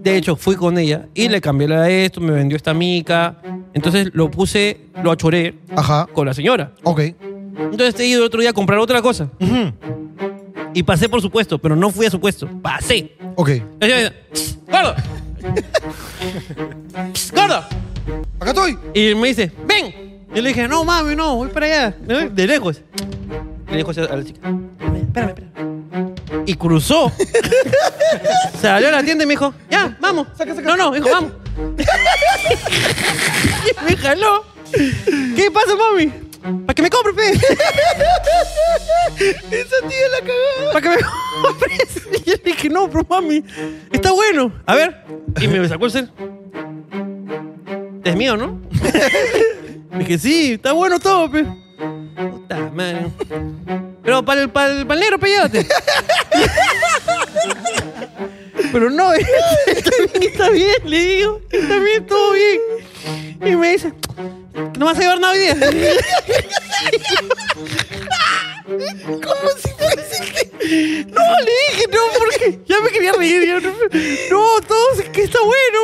B: de hecho, fui con ella y le cambié la de esto, me vendió esta mica. Entonces lo puse, lo achoré
A: Ajá.
B: con la señora.
A: Ok.
B: Entonces he ido el otro día a comprar otra cosa. Y pasé por su puesto, pero no fui a su puesto. Pasé.
A: Ok.
B: La señora me dice, ¡Gordo! ¡Gordo!
A: Acá estoy.
B: Y me dice, ven. Y le dije, no, mami, no, voy para allá. ¿no? De lejos. Le dijo a la chica, espérame, espérame. Y cruzó. Salió a la tienda y me dijo, ya, vamos. No, no, dijo, vamos. y me jaló. ¿Qué pasa, mami? Para que me compres, pe. Esa tía la cagada. Para que me compres. Y yo le dije, no, pero mami, está bueno. A ver. Y me sacó el cel. Es mío, ¿no? Le dije, sí, está bueno todo, pe. Puta madre. Pero para el, para el, para el negro, pe, llévate. Pero no, está bien, está bien, le digo. Está bien, todo bien. Y me dice, no vas a llevar nada hoy día. ¿Cómo si fuese? No, le dije, no, porque ya me quería reír. yo no, no, todo es que está bueno.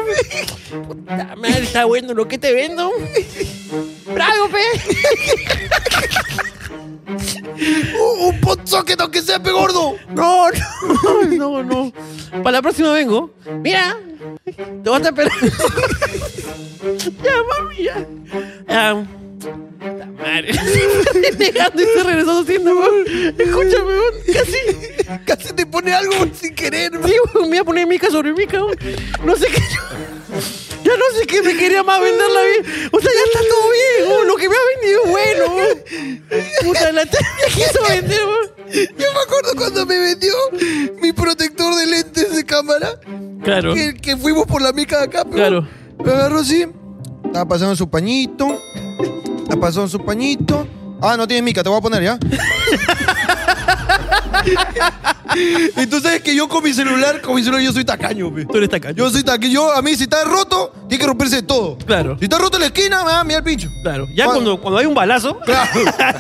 B: Puta madre, está bueno lo que te vendo. Bravo, pe.
A: Un, un pot socket aunque sea pe gordo.
B: No, no, no, no. Para la próxima vengo. Mira, te vas a esperar. ya, mami, ya. Ah, puta madre. Negando y se regresó haciendo, Escúchame, weón, casi.
A: Casi te pone algo sin querer.
B: Sí, weón, me iba a poner mica sobre mica, weón. No sé qué. Ya no sé qué me quería más venderla bien. O sea, ya está todo bien, weón. Lo que me ha vendido es bueno, weón. Puta, la tía me quiso vender, weón.
A: Yo me acuerdo cuando me vendió mi protector de lentes de cámara.
B: Claro.
A: Que, que fuimos por la mica de acá, pero
B: Claro.
A: me agarró así. Estaba pasando su pañito. La pasó en su pañito. Ah, no tienes mica, te voy a poner ya. y tú sabes que yo con mi celular, con mi celular yo soy tacaño, pe.
B: Tú eres tacaño.
A: Yo soy tacaño. Yo, a mí, si está roto, tiene que romperse todo.
B: Claro.
A: Si está roto en la esquina, me da miedo el pincho.
B: Claro. Ya
A: Cuan-
B: cuando, cuando hay un balazo.
A: Claro.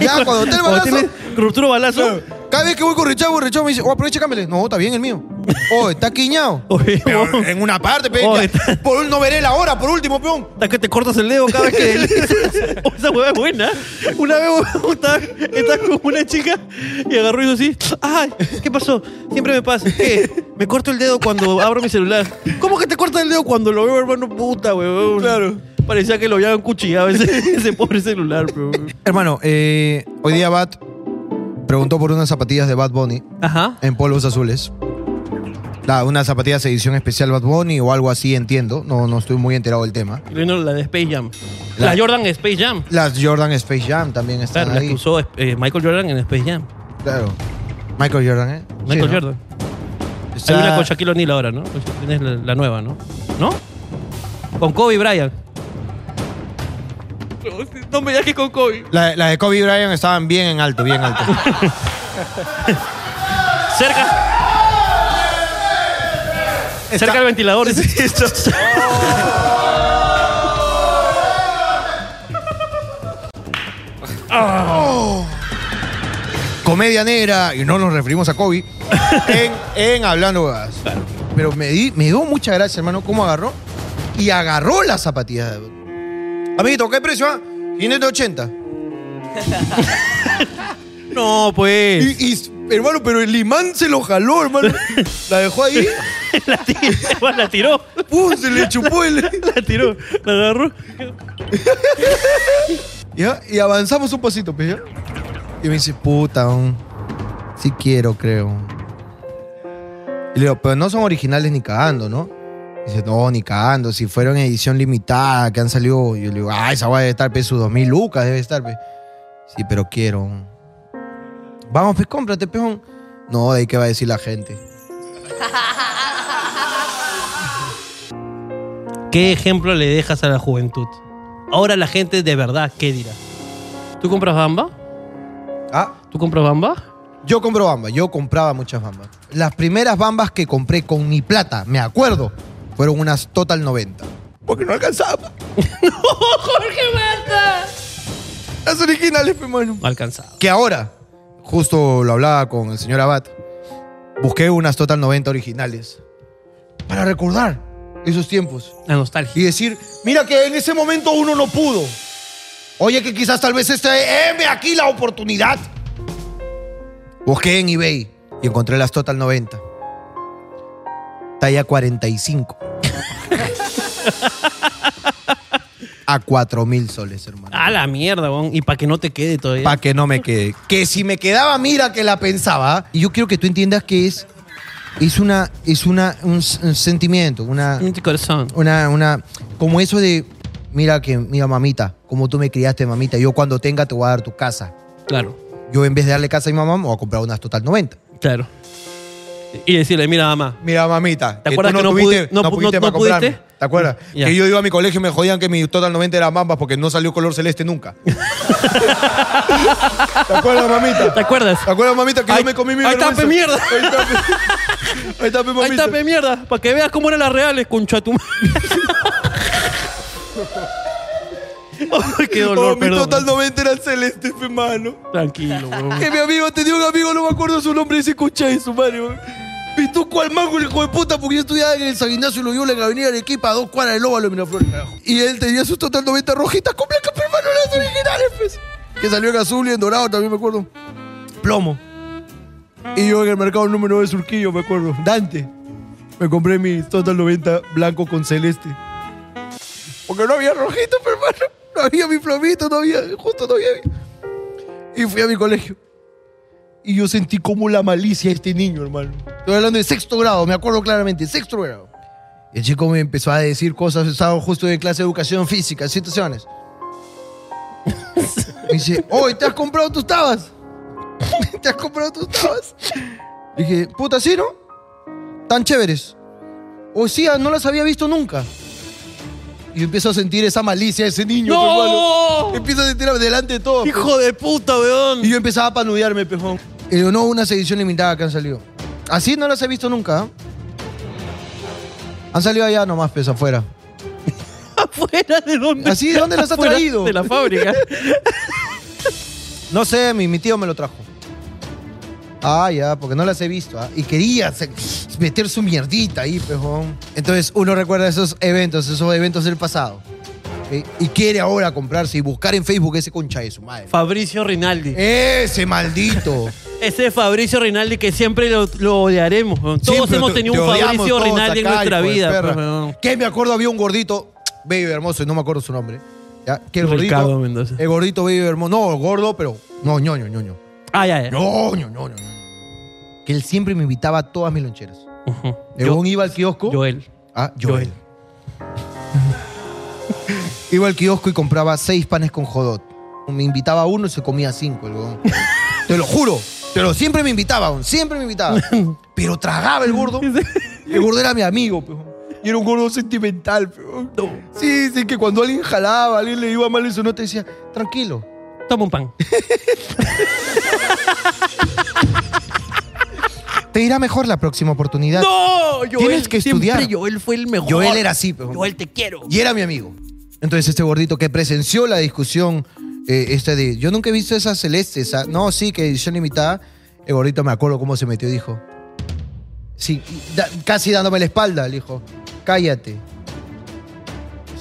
A: Ya, cuando está el balazo.
B: tiene ruptura o balazo.
A: Cada vez que voy con Richavo, Richavo me dice, oh, aprovecha, cámbiale. No, está bien el mío. Oh, está quiñado.
B: Oye,
A: Pero
B: vos,
A: en una parte, pe.
B: Oh,
A: ya.
B: está-
A: Por un- no veré la hora, por último, peón.
B: hasta que te cortas el dedo cada vez que le dices. Oh, Esa hueá es buena. Una vez huevón, estaba, estaba con una chica y agarró y hizo así. ¡Ay! ¿Qué pasó? Siempre me pasa. ¿Qué? Me corto el dedo cuando abro mi celular. ¿Cómo que te cortas el dedo cuando lo veo, hermano? Puta, huevón. Claro. Parecía que lo habían cuchillado ese, ese pobre celular, pero.
A: Hermano, eh, hoy día Bat preguntó por unas zapatillas de Bad Bunny
B: Ajá.
A: en polvos azules. La, unas zapatillas edición especial Bad Bunny o algo así, entiendo. No, no estoy muy enterado del tema.
B: Bueno, la de Space Jam. La,
A: La-
B: Jordan Space Jam.
A: Las Jordan Space Jam también están
B: Claro, la
A: ahí.
B: que usó eh, Michael Jordan en Space Jam.
A: Claro. Michael Jordan, ¿eh?
B: Michael
A: Sí, ¿no?
B: Jordan.
A: Está-
B: Hay una con Shaquille O'Neal ahora, ¿no? Pues Tienes la, la nueva, ¿no? ¿No? Con Kobe Bryant. No me que con Kobe.
A: la- las de Kobe Bryant estaban bien en alto, bien alto.
B: Cerca,
A: Está-
B: cerca el ventilador. dice.
A: comedia negra, y no nos referimos a Kobe, en, en Hablando Huevadas. Pero me, di- me dio mucha gracia, hermano, cómo agarró. Y agarró las zapatillas. Amiguito, ¿qué precio? Ah? 580.
B: No, pues.
A: Y, y, hermano, pero el imán se lo jaló, hermano. La dejó ahí.
B: la, tiró, la tiró.
A: ¡pum! se le chupó el.
B: La tiró. La agarró.
A: ¿Ya? Y avanzamos un pasito, pues, ¿ya? Y me dice, puta, um, sí quiero, creo. Y le digo, pero no son originales ni cagando, ¿no? Dice, no, ni cagando, si fueron edición limitada, que han salido. Y yo le digo, ah, esa va debe estar, pues, sus 2000 lucas, debe estar, pues. Sí, pero quiero. um. Vamos, pues, cómprate, pejón. No, de ahí qué va a decir la gente.
B: ¿Qué ejemplo le dejas a la juventud? Ahora la gente de verdad, ¿qué dirá? ¿Tú compras bamba?
A: Ah,
B: ¿Tú compras bamba?
A: Yo compro bambas, yo compraba muchas bambas. Las primeras bambas que compré con mi plata, me acuerdo, fueron unas total 90. Porque no alcanzaba.
B: ¡Jorge Marta!
A: Las originales, hermano.
B: Alcanzado.
A: Que ahora, justo lo hablaba con el señor Abad, busqué unas total 90 originales para recordar esos tiempos
B: La nostalgia.
A: y decir, mira que en ese momento uno no pudo. Oye, que quizás tal vez esta heme aquí la oportunidad. Busqué en eBay y encontré las Total 90. Talla 45. A 4 mil soles, hermano.
B: A la mierda, bon. Y para que no te quede todavía.
A: Para Ah, que no me quede. Que si me quedaba, mira que la pensaba. ¿ah? Y yo quiero que tú entiendas que es, es, una, es una, un, s- un sentimiento, una,
B: Mi corazón.
A: una, una, como eso de, mira que, mira mamita, como tú me criaste mamita, yo cuando tenga te voy a dar tu casa.
B: Claro,
A: Yo en vez de darle casa a mi mamá, me voy a comprar unas total 90.
B: claro. Y decirle, mira, mamá.
A: Mira mamita,
B: ¿Te
A: tú
B: acuerdas que no pudi- no pu-
A: para
B: no- no pudiste? Mm,
A: comprarme. ¿Te acuerdas?
B: Ya.
A: Que yo iba a mi colegio y me jodían que mi total 90 era mamba porque no salió color celeste nunca. ¿Te acuerdas mamita?
B: ¿Te acuerdas?
A: ¿Te acuerdas mamita que
B: Ahí-
A: yo me comí mi
B: ahí está,
A: vergüenza?
B: pe mierda.
A: Ahí está, pe- Ahí está, pe,
B: Ahí
A: mamita.
B: está, pe mierda. Para que veas cómo eran las reales, concha tu madre. Ay, qué dolor,
A: Oh, mi
B: perdón.
A: total 90 era celeste, pe, mano.
B: Tranquilo, weón.
A: Que mi amigo tenía un amigo, no me acuerdo su nombre, ese concha de su madre, weón. Pitó cual mango el hijo de puta, porque yo estudiaba en el San Ignacio y lo vio en la avenida de Arequipa, a dos cuadras del óvalo de Miraflores, carajo. Y él tenía sus total 90 rojitas con blancas, pero hermano, las originales, pues. Que salió en azul y en dorado, también me acuerdo. Plomo. Y yo en el mercado número 9 de Surquillo, me acuerdo. Dante. Me compré mi total 90 blanco con celeste. Porque no había rojito, pero hermano. No había mi plomito, no había, justo no había. Y fui a mi colegio. Y yo sentí como la malicia de este niño, hermano. Estoy hablando de sexto grado, me acuerdo claramente, sexto grado. El chico me empezó a decir cosas, estaba justo en clase de educación física, situaciones. Me dice, hoy ¿te has comprado tus tabas? ¿Te has comprado tus tabas? Dije, puta, ¿sí, no? ah, Tan chéveres. O sea, no las había visto nunca. Yo empiezo a sentir esa malicia de ese niño,
B: ¡No!
A: pe, hermano. Empiezo a sentir delante de todo. pe.
B: Hijo de puta, weón.
A: Y yo empezaba a panudearme, pejón. Y digo, no, unas edición limitada que han salido. Así no las he visto nunca. ¿ah? Han salido allá nomás, pesa afuera.
B: Afuera de dónde.
A: Así, ¿de dónde las ha
B: Afuera
A: traído?
B: De la fábrica.
A: No sé, mi, mi tío me lo trajo. Ah, ya, porque no las he visto. ¿ah? Y quería se- meter su mierdita ahí, pejón. Entonces uno recuerda esos eventos, esos eventos del pasado. ¿ok? Y quiere ahora comprarse y buscar en Facebook ese concha de su madre.
B: Fabricio Rinaldi.
A: Eh. Ese maldito.
B: Ese Fabricio Rinaldi que siempre lo, lo odiaremos. weón. Todos
A: Siempre
B: hemos
A: te-
B: tenido
A: te
B: un
A: odiamos
B: Fabricio
A: todos
B: Rinaldi en
A: acá,
B: nuestra
A: hijo de
B: vida.
A: perra.
B: pues, weón.
A: Que me acuerdo, había un gordito, bello y hermoso, y no me acuerdo su nombre. ¿Ya? Que el
B: Ricardo
A: gordito.
B: Mendoza.
A: El gordito, bello y hermoso. No, gordo, pero. No, ñoño, ñoño.
B: Ah, ya, ya.
A: ñoño, ñoño. ñoño. Que él siempre me invitaba a todas mis loncheras.
B: Ujú.
A: El
B: Yo-
A: huevón iba al kiosco.
B: Joel.
A: Ah, Joel.
B: Joel.
A: iba al kiosco y compraba seis panes con jodot. Me invitaba a uno y se comía cinco, el huevón. te lo juro. Pero siempre me invitaba, huevón, siempre me invitaba. Pero tragaba el gordo. El gordo era mi amigo, pe, huevón. Y era un gordo sentimental, pe, huevón. Sí, sí, que cuando alguien jalaba, alguien le iba mal en su nota, decía, tranquilo.
B: Toma un pan.
A: Te irá mejor la próxima oportunidad.
B: ¡No! Joel.
A: Tienes que estudiar.
B: Siempre Joel fue el mejor.
A: Joel era así, pe, huevón.
B: Joel, te quiero.
A: Y era mi amigo. Entonces este gordito que presenció la discusión, eh, esta de, yo nunca he visto esa celeste, esa, no, sí, que edición limitada, el gordito me acuerdo cómo se metió, dijo, sí, y da- casi dándome la espalda, le dijo, cállate,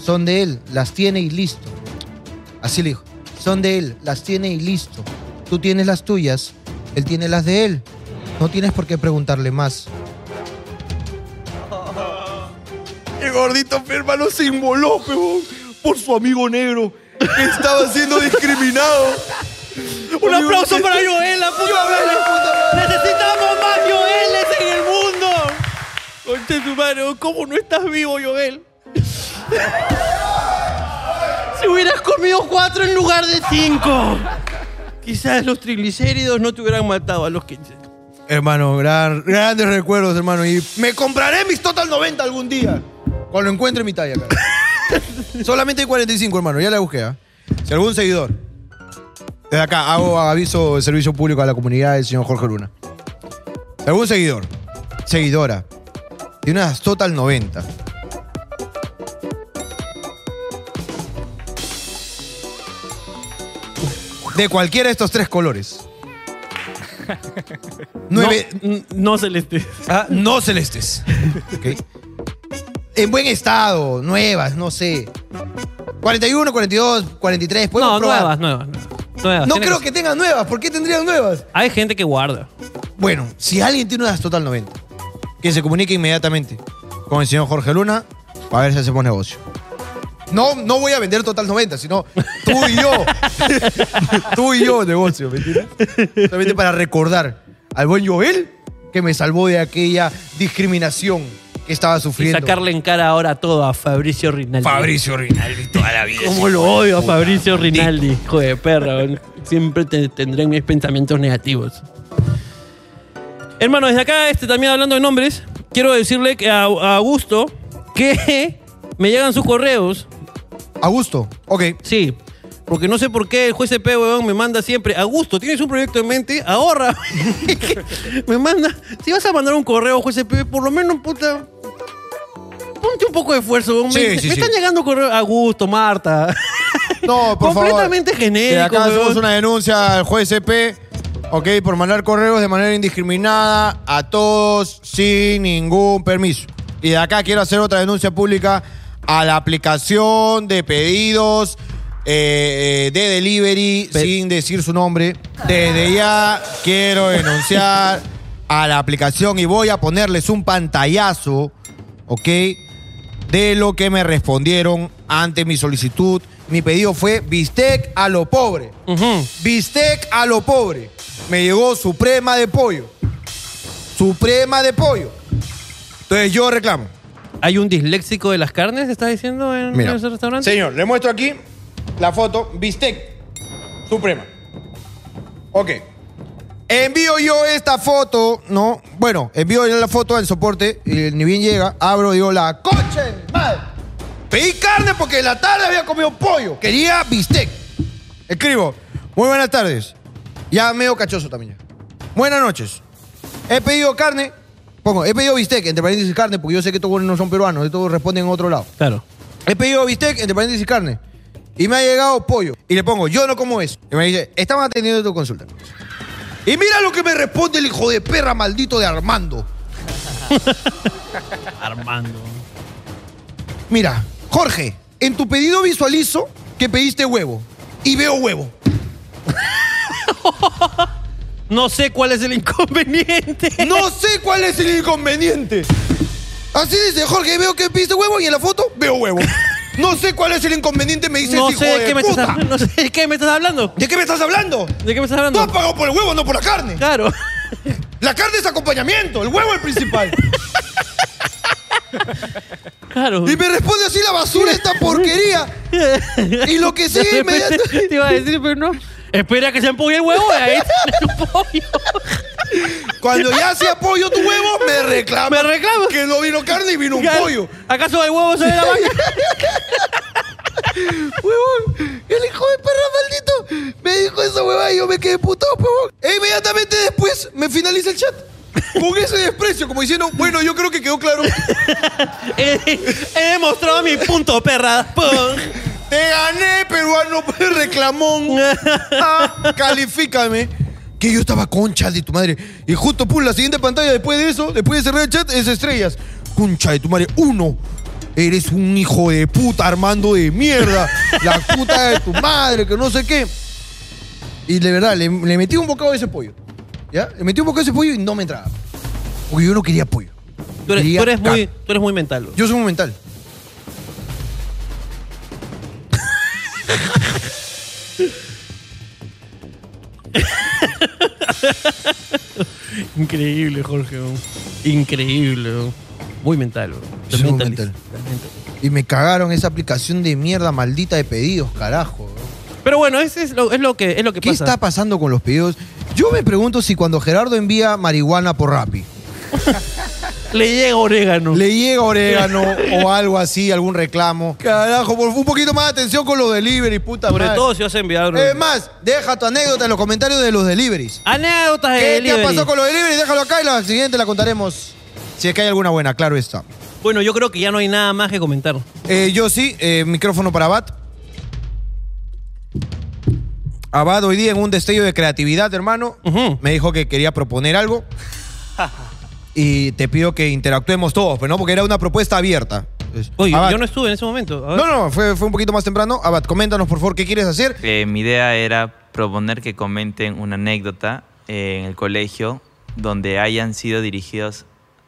A: son de él, las tiene y listo. Así le dijo, son de él, las tiene y listo. Tú tienes las tuyas, él tiene las de él, no tienes por qué preguntarle más. El gordito hermano se inmoló, pebón, por su amigo negro que estaba siendo discriminado.
B: Un aplauso para Joel, la puta madre. Necesitamos más Joeles en el mundo. Conche tu madre, ¿cómo no estás vivo, Joel? Si hubieras comido cuatro en lugar de cinco, quizás los triglicéridos no te hubieran matado a los 15.
A: Hermano, gran- grandes recuerdos, hermano. Y me compraré mis Total 90 algún día. Cuando encuentre mi talla, cara. Solamente hay 45, hermano. Ya la busqué. ¿ah? Si algún seguidor. Desde acá hago aviso de servicio público a la comunidad del señor Jorge Luna. Si algún seguidor, seguidora, de unas Total 90. De cualquiera de estos tres colores. Nueve,
B: No, n- no celeste.
A: Ah, no celestes. Ok. En buen estado, nuevas, no sé. 41, 42, 43, podemos
B: No,
A: probar.
B: nuevas, nuevas. nuevas.
A: No
B: Tiene
A: creo
B: ser-
A: que tengan nuevas. ¿Por qué tendrían nuevas?
B: Hay gente que guarda.
A: Bueno, si alguien tiene unas Total 90, que se comunique inmediatamente con el señor Jorge Luna para ver si hacemos negocio. No, no voy a vender Total 90, sino tú y yo. tú y yo negocio, ¿me entiendes? Solamente para recordar al buen Joel que me salvó de aquella discriminación que estaba
B: Y
A: sufriendo.
B: sacarle en cara ahora todo a Fabricio Rinaldi.
E: Fabricio Rinaldi toda la vida.
B: ¿Cómo lo odio a Fabricio Rinaldi, hijo de perra? weón. Siempre te- tendré mis pensamientos negativos. Hermano, desde acá, este, también hablando de nombres, quiero decirle que a, a Augusto que me llegan sus correos.
A: Augusto, ok.
B: Sí, porque no sé por qué el juez CP, weón, me manda siempre, Augusto, ¿tienes un proyecto en mente? Ahorra. me manda, si vas a mandar un correo, juez CP, por lo menos, puta... Ponte un poco de esfuerzo, weón.
A: Sí,
B: me,
A: sí,
B: me
A: sí.
B: están llegando correos. Augusto, Marta.
A: No, por favor.
B: Completamente genérico,
A: De acá hacemos
B: weón.
A: una denuncia al juez CP, ok, por mandar correos de manera indiscriminada a todos sin ningún permiso. Y de acá quiero hacer otra denuncia pública a la aplicación de pedidos eh, eh, de delivery
B: Pe-
A: sin decir su nombre. Desde ya quiero denunciar a la aplicación y voy a ponerles un pantallazo, ok de lo que me respondieron ante mi solicitud. Mi pedido fue bistec a lo pobre. Bistec a lo pobre. Me llegó suprema de pollo. Suprema de pollo. Entonces yo reclamo.
B: ¿Hay un disléxico de las carnes, estás diciendo, en
A: Mira,
B: ese restaurante?
A: Señor, le muestro aquí la foto. Bistec. Suprema. Ok. Envío yo esta foto, ¿no? Bueno, envío yo la foto al soporte y ni bien llega, abro y digo la coche, madre. Pero Pedí carne porque en la tarde había comido pollo. Quería bistec. Escribo. Muy buenas tardes. Ya medio cachoso también. ya. Buenas noches. He pedido carne. Pongo, he pedido bistec, entre paréntesis carne, porque yo sé que estos buenos no son peruanos, estos responden en otro lado.
B: Claro.
A: He pedido bistec, entre paréntesis carne. Y me ha llegado pollo. Y le pongo, yo no como eso. Y me dice, estamos atendiendo tu consulta. Y mira lo que me responde el hijo de perra maldito de Armando.
B: Armando.
A: Mira, Jorge, en tu pedido visualizo que pediste huevo. Y veo huevo.
B: No sé cuál es el inconveniente.
A: No sé cuál es el inconveniente. Así dice Jorge, veo que pediste huevo y en la foto veo huevo. No sé cuál es el inconveniente, me dice
B: No
A: ese hijo
B: sé, de
A: de
B: qué me
A: puta.
B: estás, no sé de qué me estás hablando.
A: ¿De qué me estás hablando?
B: ¿De qué me estás
A: Tú
B: hablando?
A: has pagado por el huevo, no por la carne.
B: Claro.
A: La carne es acompañamiento, el huevo es el principal.
B: Claro.
A: Y me responde así la basura, esta porquería. Y lo que sigue inmediatamente.
B: Te iba a decir, pero no. Espera que se empolle el huevo y ahí tiene tu pollo.
A: Cuando ya se apoyo tu huevo, me reclama.
B: Me reclama.
A: Que no vino carne y vino un pollo.
B: ¿Acaso el huevo se ve la vaina?
A: Huevón, el hijo de perra maldito me dijo esa huevada y yo me quedé putado, huevón. E inmediatamente después me finaliza el chat. Con ese desprecio, como diciendo, bueno, yo creo que quedó claro.
B: He, he demostrado mi punto, perra. Pum.
A: Te gané, peruano, reclamón. Ah, califícame. Que yo estaba concha de tu madre. Y justo, pum, la siguiente pantalla después de eso, después de cerrar el chat, es estrellas. Concha de tu madre. Uno. Eres un hijo de puta, Armando de mierda. La puta de tu madre, que no sé qué. Y de verdad, le, le metí un bocado de ese pollo. ¿Ya? Le metí un bocado de ese pollo y no me entraba. Porque yo no quería pollo.
B: Tú eres,
A: Quería
B: tú eres muy,
A: carne.
B: tú eres muy mental.
A: Yo soy un mental.
B: Increíble, Jorge. weón. Increíble. weón. Muy mental. weón.
A: Soy muy mental. Y me cagaron esa aplicación de mierda maldita de pedidos, carajo.
B: Pero bueno, es, es, lo, es lo que, es lo que
A: ¿Qué
B: pasa.
A: está pasando con los pedidos? Yo me pregunto si cuando Gerardo envía marihuana por Rappi,
B: Le llega orégano.
A: le llega orégano o algo así, algún reclamo. Carajo, por un poquito más de atención con los deliveries, puta
B: Sobre
A: madre.
B: todo si vas a enviar.
A: Es más, deja tu anécdota en los comentarios de los
B: Eh,
A: deliveries.
B: Anécdotas de
A: ¿Qué te ha
B: delivery.
A: pasado con los deliveries? Déjalo acá y la siguiente la contaremos. Si es que hay alguna buena, claro está.
B: Bueno, yo creo que ya no hay nada más que comentar.
A: Eh, yo sí, eh, micrófono para Abad. Abad hoy día en un destello de creatividad, hermano,
B: Ujú.
A: me dijo que quería proponer algo. y te pido que interactuemos todos, pero no, porque era una propuesta abierta. Entonces,
B: Oye,
A: Abad,
B: yo no estuve en ese momento. A ver.
A: no, no, fue, fue un poquito más temprano. Abad, coméntanos por favor qué quieres hacer.
F: Eh, mi idea era proponer que comenten una anécdota eh, en el colegio donde hayan sido dirigidos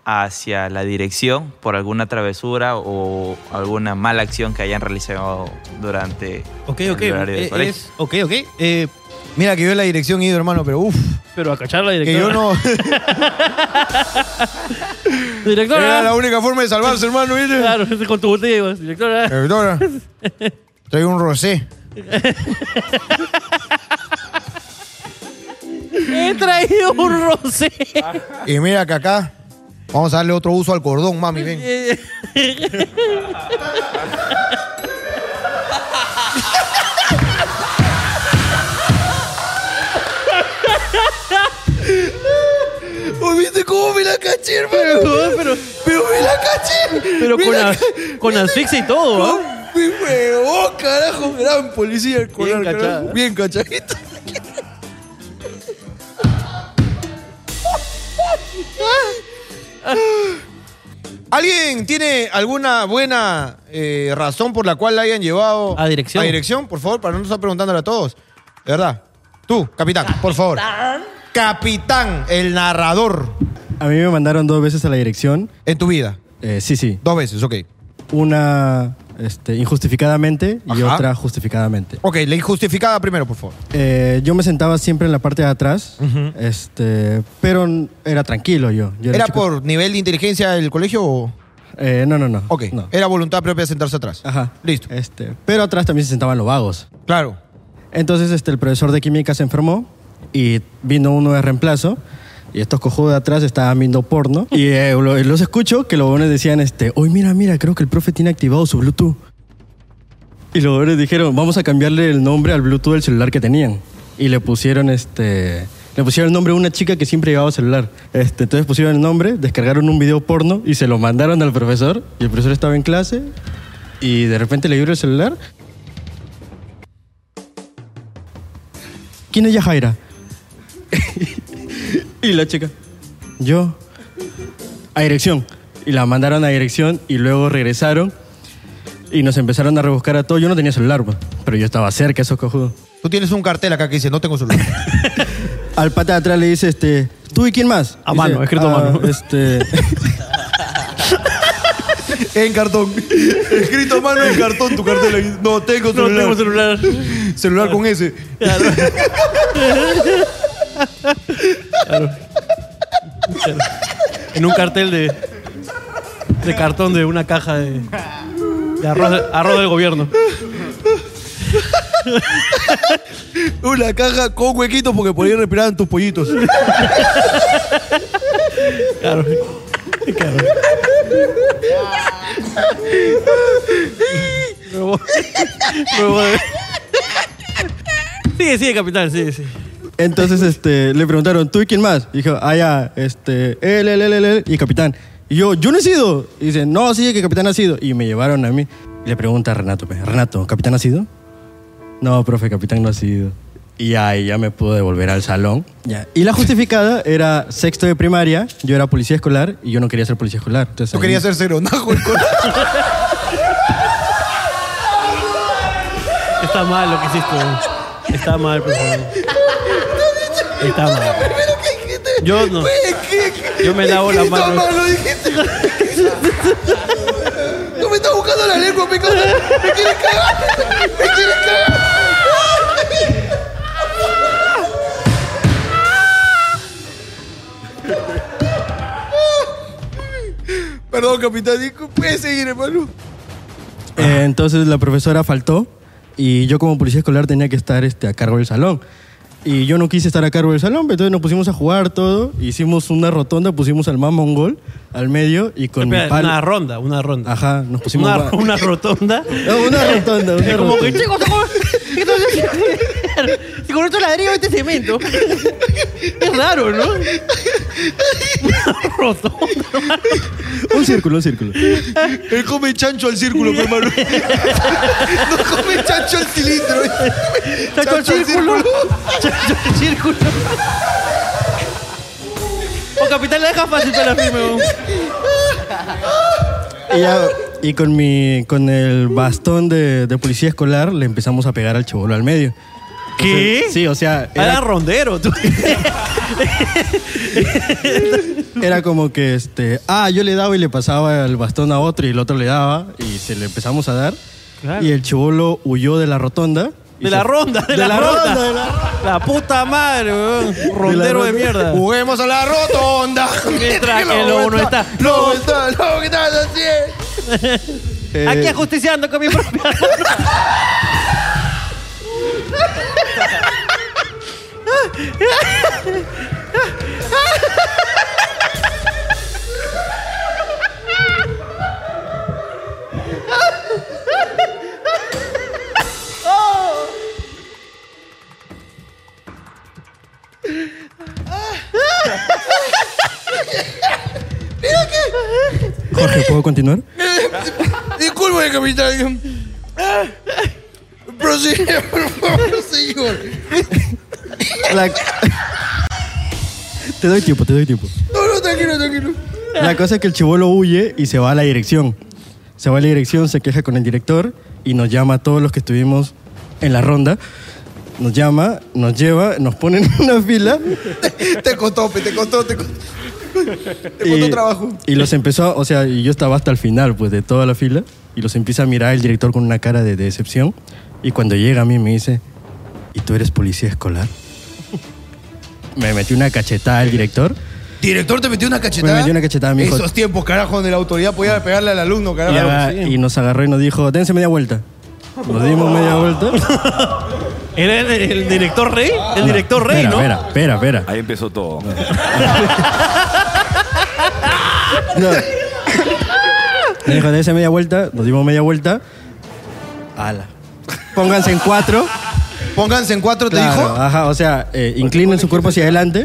F: hacia la dirección por alguna travesura o alguna mala acción que hayan realizado durante
B: Ok, ok.
F: el horario del
B: Eh,
F: colegio.
B: es- ok, ok. Eh,
A: Mira que yo en la dirección he ido, hermano, pero uff,
B: pero a cachar la
A: que yo
B: directora.
A: no.
B: Directora.
A: era la única forma de salvarse, hermano. mire.
B: Claro, con tu botella, ibas, directora.
A: Doctora, traigo un rosé.
B: He traído un rosé.
A: Y mira que acá vamos a darle otro uso al cordón, mami, ven.
B: Eh,
A: Oh, ¿Viste cómo me la caché, hermano?
B: pero, pero,
A: Pero me la caché.
B: pero
A: Me
B: con,
A: la
B: a-
A: ca-
B: con asfixia y todo, ¿ah?
A: Me huevó, carajo. Gran policía el
B: Bien
A: colar, carajo.
D: ¿eh?
B: cachada.
A: Bien cachadito. ¿Alguien tiene alguna buena eh, razón por la cual la hayan llevado
B: A dirección.
A: A dirección, por favor, para no estar preguntándole a todos. De verdad. Tú, capitán, por favor. Capitán, el narrador
G: A mí me mandaron dos veces a la dirección.
A: en tu vida.
G: Eh, sí, sí.
A: Dos veces, ok.
G: Una este, injustificadamente y
A: Ajá.
G: otra justificadamente.
A: Ok, la injustificada primero, por favor.
G: Eh, yo me sentaba siempre en la parte de atrás, este, pero n- era tranquilo yo. Yo
A: ¿Era
G: chico-
A: por nivel de inteligencia del colegio o.?
G: Eh, no, no, no.
A: Ok,
G: no.
A: era voluntad propia sentarse atrás.
G: Ajá.
A: Listo.
G: Este, pero atrás también se sentaban los vagos.
A: Claro.
G: Entonces este, el profesor de química se enfermó y vino uno de reemplazo. Y estos cojudos de atrás estaban viendo porno. Y eh, lo- los escucho que los buenos decían, este, hoy mira, mira, creo que el profe tiene activado su Bluetooth. Y los huevones dijeron, vamos a cambiarle el nombre al Bluetooth del celular que tenían. Y le pusieron este. Le pusieron el nombre a una chica que siempre llevaba celular. Este, entonces pusieron el nombre, descargaron un video porno y se lo mandaron al profesor. Y el profesor estaba en clase y de repente le vibra el celular. ¿Quién es Yajaira? y la chica, yo, a dirección. Y la mandaron a dirección y luego regresaron y nos empezaron a rebuscar a todos. Yo no tenía celular, pues, pero yo estaba cerca, esos cojudos.
H: Tú tienes un cartel acá que dice, no tengo celular.
G: Al pata de atrás le dice, este, ¿tú y quién más?
B: A
G: Dice,
B: mano, escrito a
G: "Ah,
B: mano".
G: Este,
H: en cartón. Escrito a mano en cartón tu cartel. ahí. No tengo
B: No
H: celular.
B: tengo celular.
H: Celular con ese.
B: En un cartel de, de cartón de una caja de, de arroz, arroz del gobierno.
H: Una caja con huequitos porque por ahí respiraban tus pollitos.
B: Claro. Claro. Huevo- huevo de- Sigue, sigue, capitán, sigue, sigue.
G: entonces este, le preguntaron, ¿tú y quién más? Y dijo, ah, ya, este, él, él, él, él, él, y capitán. Y yo, yo no he sido. Y dice, no, sí, que capitán ha sido. Y me llevaron a mí. Y le pregunta a Renato, pues, Renato, ¿capitán ha sido? No, profe, capitán no ha sido. Y ahí ya me pudo devolver al salón. Ya. Y la justificada era sexto de primaria, yo era policía escolar y yo no quería ser policía escolar. Entonces,
H: Tú
G: ahí-
H: querías ser ceronajo.
B: Está mal lo que hiciste. güey. Está mal, por favor. Está mal. Yo no. Yo me lavo la
H: Escrito a
B: mano.
H: mano, dijiste. Tú me estás buscando la lengua, me causa- Me quieres cagar. Me quieres cagar. Perdón, capitán, disculpe, puedes seguir, hermano.
G: Eh, entonces la profesora faltó y yo como policía escolar tenía que estar este, a cargo del salón. Y yo no quise estar a cargo del salón, pero entonces nos pusimos a jugar todo, hicimos una rotonda, pusimos al más mongol al medio y con mi
B: Espera,
G: palo...
B: una ronda, una ronda.
G: Ajá, nos pusimos...
B: Una,
G: un ba-
B: una rotonda.
G: No, una rotonda, una
B: Es como que,
G: rotonda.
B: chicos,
C: Y con otro ladrillo este cemento.
B: es raro, ¿no? Una rotonda.
G: Un círculo, un círculo.
H: Él come chancho al círculo, pe, hermano. No come chancho al cilindro.
B: Chacho al círculo. Chacho al círculo. O capitán, la deja fácil para la firme, güey.
G: Y, ya- y con, mi, con el bastón de, de policía escolar le empezamos a pegar al chivolo al medio.
B: ¿Qué?
G: Sí, o sea...
B: Era,
G: era-
B: rondero, tú.
G: Era como que, este, ah, yo le daba y le pasaba el bastón a otro y el otro le daba y se le empezamos a dar.
B: Claro.
G: Y el chivolo huyó de la rotonda. y
B: De
G: se-
B: la ronda, de, la, ronda. La puta madre, weón. Rondero de,
G: ronda.
B: mierda.
H: Juguemos a la rotonda.
B: Mientras que el lobo no está.
H: Lobo está, lobo, ¿qué estás haciendo?
G: Eh,
B: Aquí ajusticiando con mi propia mano.
G: Jorge, ¿puedo continuar?
H: Disculpe, capitán. Ah, Prosigue, por favor, señor.
G: La- te doy tiempo, te doy tiempo.
H: No, no, tranquilo, tranquilo.
G: La cosa es que el chivolo huye y se va a la dirección. Se va a la dirección, se queja con el director y nos llama a todos los que estuvimos en la ronda. Nos llama, nos lleva, nos pone en una fila
H: Te costó, pe, te costó, te costó. Te costó
G: y,
H: trabajo.
G: y los empezó, o sea, y yo estaba hasta el final, pues, de toda la fila. Y los empieza a mirar el director con una cara de decepción. Y cuando llega a mí me dice, ¿y tú eres policía escolar? Me metió una cachetada el director.
H: Director, te metió una cachetada.
G: Me metió una cachetada, mijo.
H: Esos tiempos, carajo, donde la autoridad podía pegarle al alumno,
G: Y,
H: carajo.
G: ya- ah, y nos agarró y nos dijo, dense media vuelta. Nos dimos media vuelta.
B: Era el, el director rey. El director rey,
G: espera,
B: ¿no?
G: Espera, espera, espera.
I: Ahí empezó todo.
G: No. Me dijo, de esa media vuelta, nos dimos media vuelta. Ala. pónganse en cuatro.
A: Pónganse en cuatro, te
G: Claro,
A: dijo.
G: Ajá, o sea, eh, inclinen su cuerpo hacia adelante.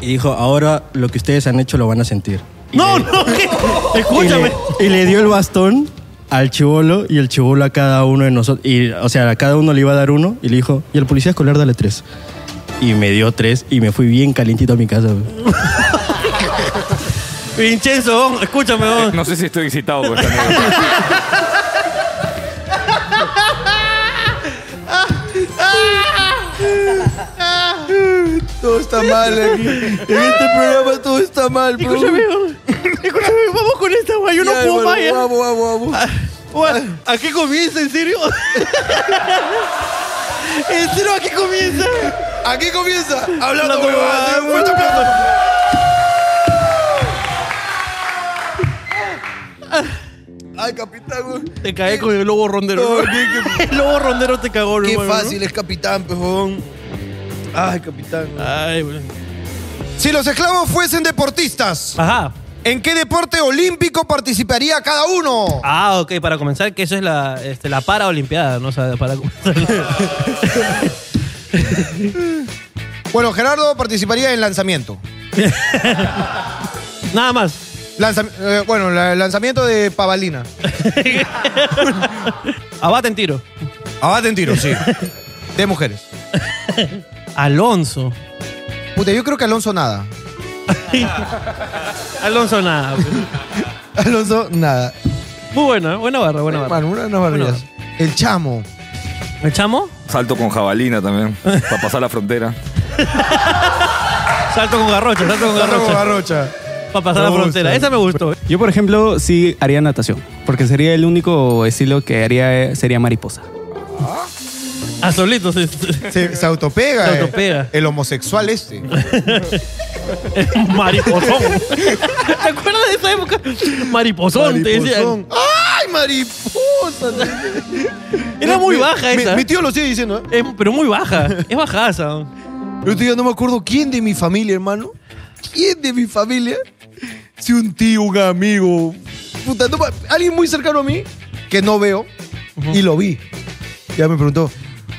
G: Y dijo, ahora lo que ustedes han hecho lo van a sentir.
B: No, no, ¿qué?
G: Y le,
B: escúchame.
G: y le dio el bastón al chivolo y el chivolo a cada uno de nosotros. Y, o sea, a cada uno le iba a dar uno y le dijo, y al policía escolar dale tres. Y me dio tres y me fui bien calientito a mi casa. güey.
B: Vincenzo, oh, escúchame. oh.
F: No sé si estoy excitado por esta anécdota.
A: Todo está mal aquí. En este programa todo está mal, bro.
B: Escúchame, oh. escúchame, vamos con esta, güey. Yo no
A: Ya,
B: puedo
A: hermano,
B: más. ya.
A: Vamos, vamos, vamos.
B: Bueno, ¿A qué comienza, en serio? ¿En serio a qué comienza?
A: Aquí comienza hablando
B: La
A: huevadas.
B: huevada,
A: Un fuerte aplauso. Ay, capitán, güey.
B: Te caí con el lobo rondero.
A: No,
B: ¿no?
A: qué-
B: El lobo rondero te cagó,
A: Qué
B: hermano, ¿no?
A: fácil es capitán, pejón. Ay, capitán.
B: Ay, bueno.
A: Si los esclavos fuesen deportistas,
B: Ajá.
A: ¿en qué deporte olímpico participaría cada uno?
B: Ah, ok, para comenzar, que eso es la, este, la paraolimpiada, ¿no? O sea, para comenzar.
A: Bueno, Gerardo participaría en lanzamiento.
B: Nada más.
A: Lanza- eh, bueno, la- lanzamiento de Pavalina.
B: Abate en tiro.
A: Abate en tiro, sí. De mujeres.
B: Alonso.
A: Puta, yo creo que Alonso nada.
B: Alonso, nada. pues.
A: Alonso nada.
B: Muy buena, buena barra, buena barra.
A: Hermano, una- unas barbaridades. El chamo.
B: ¿Me chamo?
F: Salto con jabalina también, para pasar la frontera.
B: Salto con garrocha, salto con garrocha.
A: Barrocha.
B: Para pasar la
G: Me gusta.
B: frontera. Esa me gustó.
J: Yo, por ejemplo, sí haría natación, porque sería el único estilo que haría, eh, sería mariposa.
B: A solito, sí. sí.
A: Se, se autopega.
B: Se
A: eh.
B: autopega.
A: El homosexual este.
B: Mariposón. ¿Te acuerdas de esa época? Mariposón, te
A: Mariposón.
B: decían.
A: ¡Ay, mariposa!
B: Era muy baja
A: Mi-
B: esa.
A: Mi, tío lo sigue diciendo, ¿eh?
B: Es- pero muy baja. Es bajaza.
A: Yo te digo, no me acuerdo quién de mi familia, hermano. ¿Quién de mi familia? Si un tío, un amigo. Puta, no pa- alguien muy cercano a mí que no veo y lo vi. Ya me preguntó,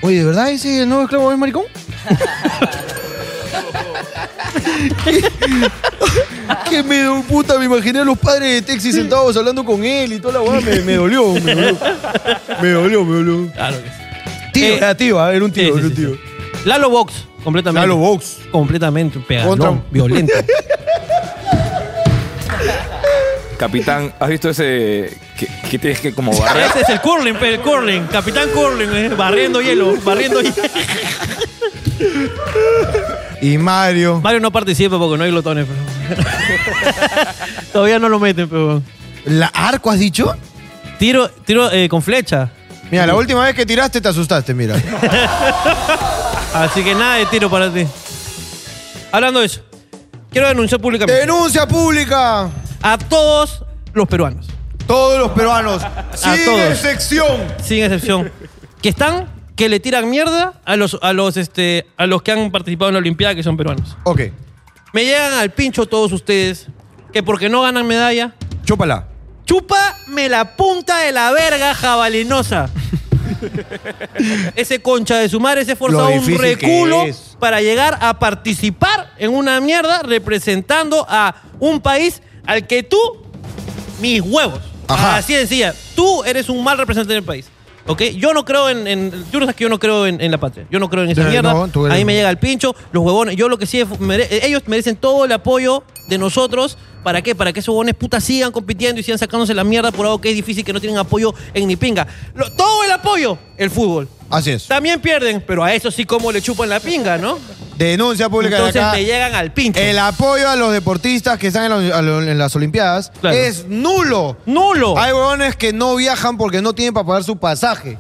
A: oye, ¿de verdad ese nuevo esclavo es maricón? que me dio puta, me imaginé a los padres de Texi sentados hablando con él y toda la weá. Me, me dolió, me dolió. Me dolió, me dolió.
B: Claro que sí.
A: Tío,
B: Eh,
A: era tío, ah, era un tío,
B: sí, sí,
A: era un
B: sí,
A: tío.
B: Lalo Box, completamente.
A: Lalo Box.
B: Completamente. un Pegalón,
A: Contra-
B: violento.
F: Capitán, ¿has visto ese que, que tienes que como barrer?
B: Ese es el curling, pe, el curling. Capitán curling, eh, barriendo hielo, barriendo hielo.
A: Y Mario.
B: Mario no participa porque no hay glotones. pero- Todavía no lo meten, pero...
A: ¿La arco has dicho?
B: Tiro, tiro eh, con flecha.
A: Mira, la última vez que tiraste te asustaste, mira.
B: Así que nada de tiro para ti. Hablando de eso, quiero denunciar públicamente
A: Denuncia pública.
B: a todos los peruanos,
A: Todos los peruanos. Sin
B: todos.
A: excepción.
B: sin excepción, que están, que le tiran mierda a los, a los, este, a los que han participado en la Olimpiada, que son peruanos.
A: Ok.
B: Me llegan al pincho todos ustedes, que porque no ganan medalla,
A: Chúpala.
B: chúpame la punta de la verga jabalinosa. ese concha de su madre se esforzó
A: Lo
B: un
A: difícil que
B: reculo
A: es.
B: para llegar a participar en una mierda representando a un país al que tú, mis huevos,
A: Ajá.
B: así decía, tú eres un mal representante del país. ¿Ok? Yo no creo en, en- Tú no sabes que yo no creo en, en la patria. Yo no creo en esa
A: Eh,
B: mierda.
A: no, tú eres-
B: Ahí me llega el pincho, los huevones. Yo lo que sí. es- mere- eh, ellos merecen todo el apoyo de nosotros. ¿Para qué? Para que esos huevones putas sigan compitiendo y sigan sacándose la mierda por algo que es difícil, que no tienen apoyo en ni pinga. Lo- todo el apoyo, el fútbol.
A: Así es.
B: También pierden, pero a eso sí como le chupan la pinga, ¿no?
A: Denuncia pública
B: Entonces
A: de acá.
B: me llegan al pincho.
A: El apoyo a los deportistas que están en, los- a lo- en las Olimpiadas
B: Claro.
A: es nulo.
B: ¡Nulo!
A: Hay huevones que no viajan porque no tienen para pagar su pasaje.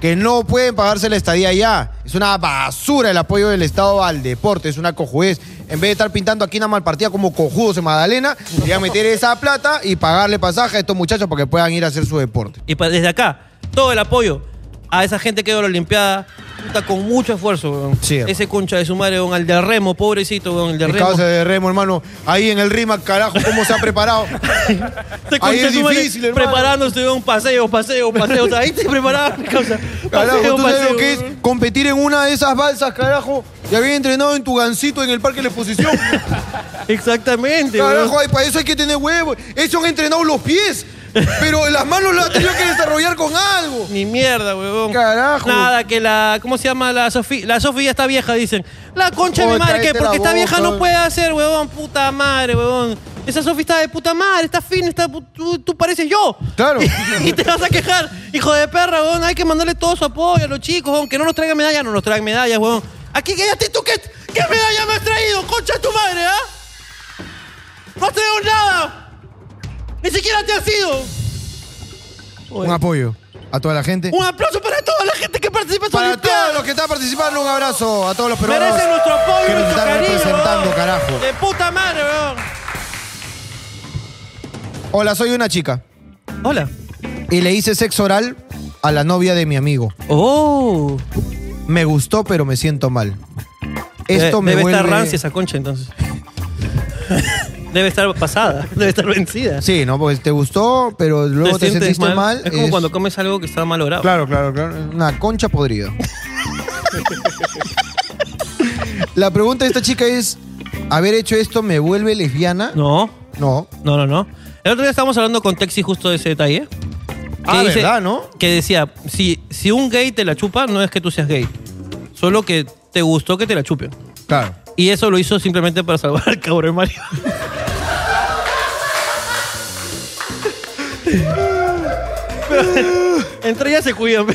A: Que no pueden pagarse la estadía allá. Es una basura el apoyo del Estado al deporte. Es una cojudez. En vez de estar pintando aquí una malpartida como cojudos en Magdalena, voy a meter esa plata y pagarle pasaje a estos muchachos para que puedan ir a hacer su deporte.
B: Y pa- desde acá, todo el apoyo a esa gente que va a la Olimpiada, puta, con mucho esfuerzo, weón.
A: Sí, hermano.
B: Ese concha de su madre, weón, al de remo, pobrecito, weón, el de
A: El
B: remo.
A: causa de Remo, hermano. Ahí en el RIMAC, carajo, cómo se ha preparado.
B: Este
A: Ahí
B: concha
A: es
B: de su madre
A: difícil, hermano.
B: Preparándose, weón, paseo, paseo, paseo. O sea, ahí te preparaban, causa.
A: Carajo,
B: Paseo,
A: tú sabes lo que es
B: paseo.
A: competir en una de esas balsas, carajo. Y había entrenado en tu gancito en el parque de la exposición.
B: Exactamente, weón.
A: Carajo, ay, para eso hay que tener huevos. Eso han entrenado los pies. Pero las manos las han tenido que desarrollar con algo.
B: Ni mierda, weón.
A: Carajo.
B: Nada, que la. ¿Cómo se llama la Sofía? La Sofía ya está vieja, dicen. La concha de mi
A: Puta,
B: madre, que
A: cállate
B: porque
A: la
B: está vieja
A: boca,
B: no
A: weón.
B: puede hacer, weón. Puta madre, weón. Esa Sofía está de puta madre, está fina, está, pu- tú, tú pareces yo.
A: Claro.
B: y te vas a quejar, hijo de perra, weón. Hay que mandarle todo su apoyo a los chicos, weón. Que no nos traigan medallas, no nos traigan medallas, weón. Aquí que ya te- tú qué, qué medalla me has traído, concha de tu madre, ¿ah? No has traído nada. Ni siquiera te has ido.
A: Un apoyo a toda la gente.
B: Un aplauso para toda la gente que participa en su
A: Para todos
B: Olimpiada.
A: los que están participando, un abrazo a todos los peruanos
B: Merece nuestro apoyo
A: que
B: y
A: nos
B: nuestro
A: están
B: cariño.
A: representando,
B: weón.
A: carajo.
B: De puta madre, weón.
A: Hola, soy una chica
B: Hola.
A: y le hice sexo oral a la novia de mi amigo.
B: Oh.
A: Me gustó, pero me siento mal. Esto
B: Debe-
A: me
B: Debe estar
A: vuelve-
B: rancia esa concha, entonces. Debe estar pasada. Debe estar vencida.
A: Sí, no, pues te gustó, pero luego te, sentiste mal.
B: Es como cuando comes algo que está malogrado.
A: Claro, claro, claro. Una concha podrida. la pregunta de esta chica es: ¿haber hecho esto me vuelve lesbiana?
B: No,
A: No.
B: no, no, no. El otro día estábamos hablando con Texi justo de ese detalle.
A: Ah,
B: dice-
A: ¿verdad, no?
B: Que decía, si, si un gay te la chupa, no es que tú seas gay. Solo que te gustó que te la chupen.
A: Claro.
B: Y eso lo hizo simplemente para salvar al cabrón Mario. Entre ellas se cuidan. pe.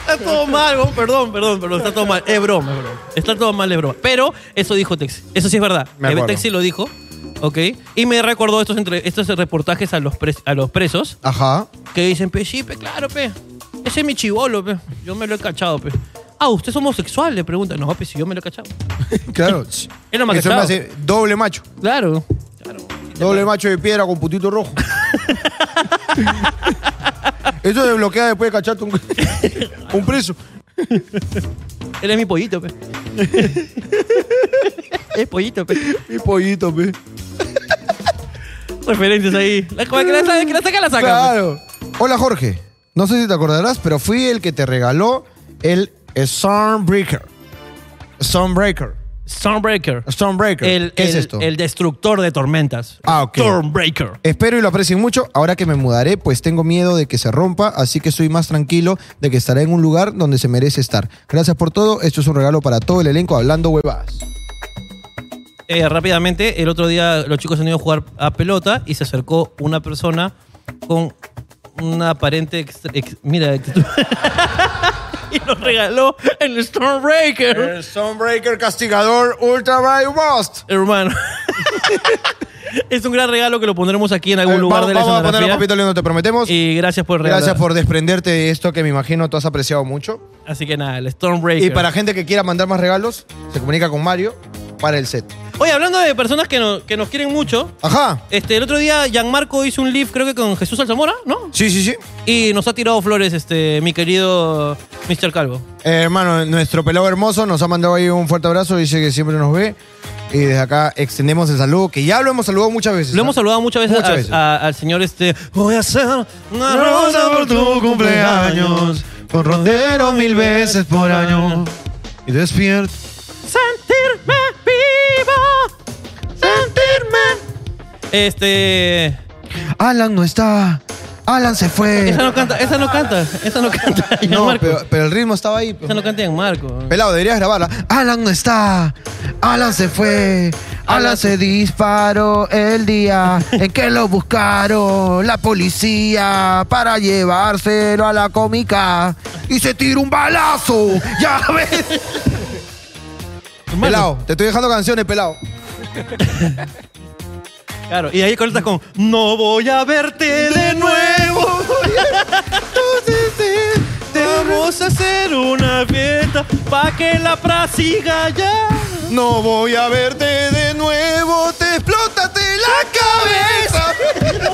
B: Está todo mal, weón. perdón, perdón, perdón. Está todo mal. Es broma, es broma. Está todo mal, es broma. Pero eso dijo Texi. Eso sí es verdad. Eh,
A: Me acuerdo.
B: Texi lo dijo. ¿Ok? Y me recordó estos, entre- estos reportajes a los, pres- a los presos
A: Ajá.
B: que dicen, pe, sí, pe, claro, pe. Ese es mi chivolo, pe. Yo me lo he cachado, pe. Ah, ¿usted es homosexual? Le preguntan. No, pe, si yo me lo he cachado.
A: Claro.
B: Es lo más
A: Eso
B: que
A: me
B: sabe.
A: hace doble macho.
B: Claro.
A: Doble macho de piedra con putito rojo. Eso desbloquea después de cacharte un, un preso.
B: Él es mi pollito, pe. es pollito, pe.
A: Mi pollito, pe.
B: Referencias ahí. La Ah, que la, saca- que la saca, la saca. pe.
A: Claro. Hola, Jorge. No sé si te acordarás, pero fui el que te regaló el Stormbreaker. Stormbreaker.
B: Stormbreaker.
A: Stormbreaker.
B: El,
A: ¿Qué es
B: el-
A: esto?
B: El destructor de tormentas.
A: Ah, ok.
B: Stormbreaker.
A: Espero y lo aprecien mucho. Ahora que me mudaré, pues tengo miedo de que se rompa, así que soy más tranquilo de que estará en un lugar donde se merece estar. Gracias por todo. Esto es un regalo para todo el elenco hablando huevadas.
B: Eh, rápidamente, el otro día los chicos se han ido a jugar a pelota y se acercó una persona con una aparente. extra- ex- mira, y nos regaló el
A: Eh.
B: Stormbreaker,
A: Stormbreaker castigador Ultra Bright Bust.
B: hermano. es un gran regalo que lo pondremos aquí en algún lugar
A: Eh, vamos,
B: de la
A: vamos a ponerlo,
B: escenografía.
A: papito lindo, te prometemos.
B: Y gracias por regalar.
A: Gracias por desprenderte de esto que me imagino tú has apreciado mucho.
B: Así que nada, el Stormbreaker.
A: Y para gente que quiera mandar más regalos, se comunica con Mario para el set.
B: Oye, hablando de personas que, no- que nos quieren mucho,
A: Ajá.
B: este, el otro día Gianmarco hizo un live, creo que con Jesús Alzamora, ¿no?
A: Sí, sí, sí.
B: Y nos ha tirado flores, este, mi querido Mr. Calvo.
A: Eh, hermano, nuestro pelado hermoso nos ha mandado ahí un fuerte abrazo. Dice que siempre nos ve. Y desde acá extendemos el saludo, que ya lo hemos saludado muchas veces.
B: Lo hemos
A: ¿ah?
B: saludado muchas veces,
A: Muchas
B: al-
A: veces.
B: a- al señor este. Voy a hacer una rosa por tu cumpleaños.
A: con rondero mil veces por año. Y despierto.
B: Sentirme vivo. Sentirme. Este.
A: Alan no está. Alan se fue.
B: Esa no canta, esa no canta, esa no canta.
A: No,
B: Gianmarco.
A: pero, pero el ritmo estaba ahí.
B: Esa no canta en Marco.
A: Pelado, deberías grabarla. Alan no está. Alan se fue. Alan se disparó el día en que lo buscaron la policía para llevárselo a la cómica. Y se tiró un balazo. Ya ves.
B: Hermano,
A: Pelado, te estoy dejando canciones, pelado.
B: Claro, y ahí conectas con No voy a verte de nuevo. Te vamos a hacer una fiesta pa' que la pra siga ya.
A: No voy a verte de nuevo. Te explotaste la cabeza.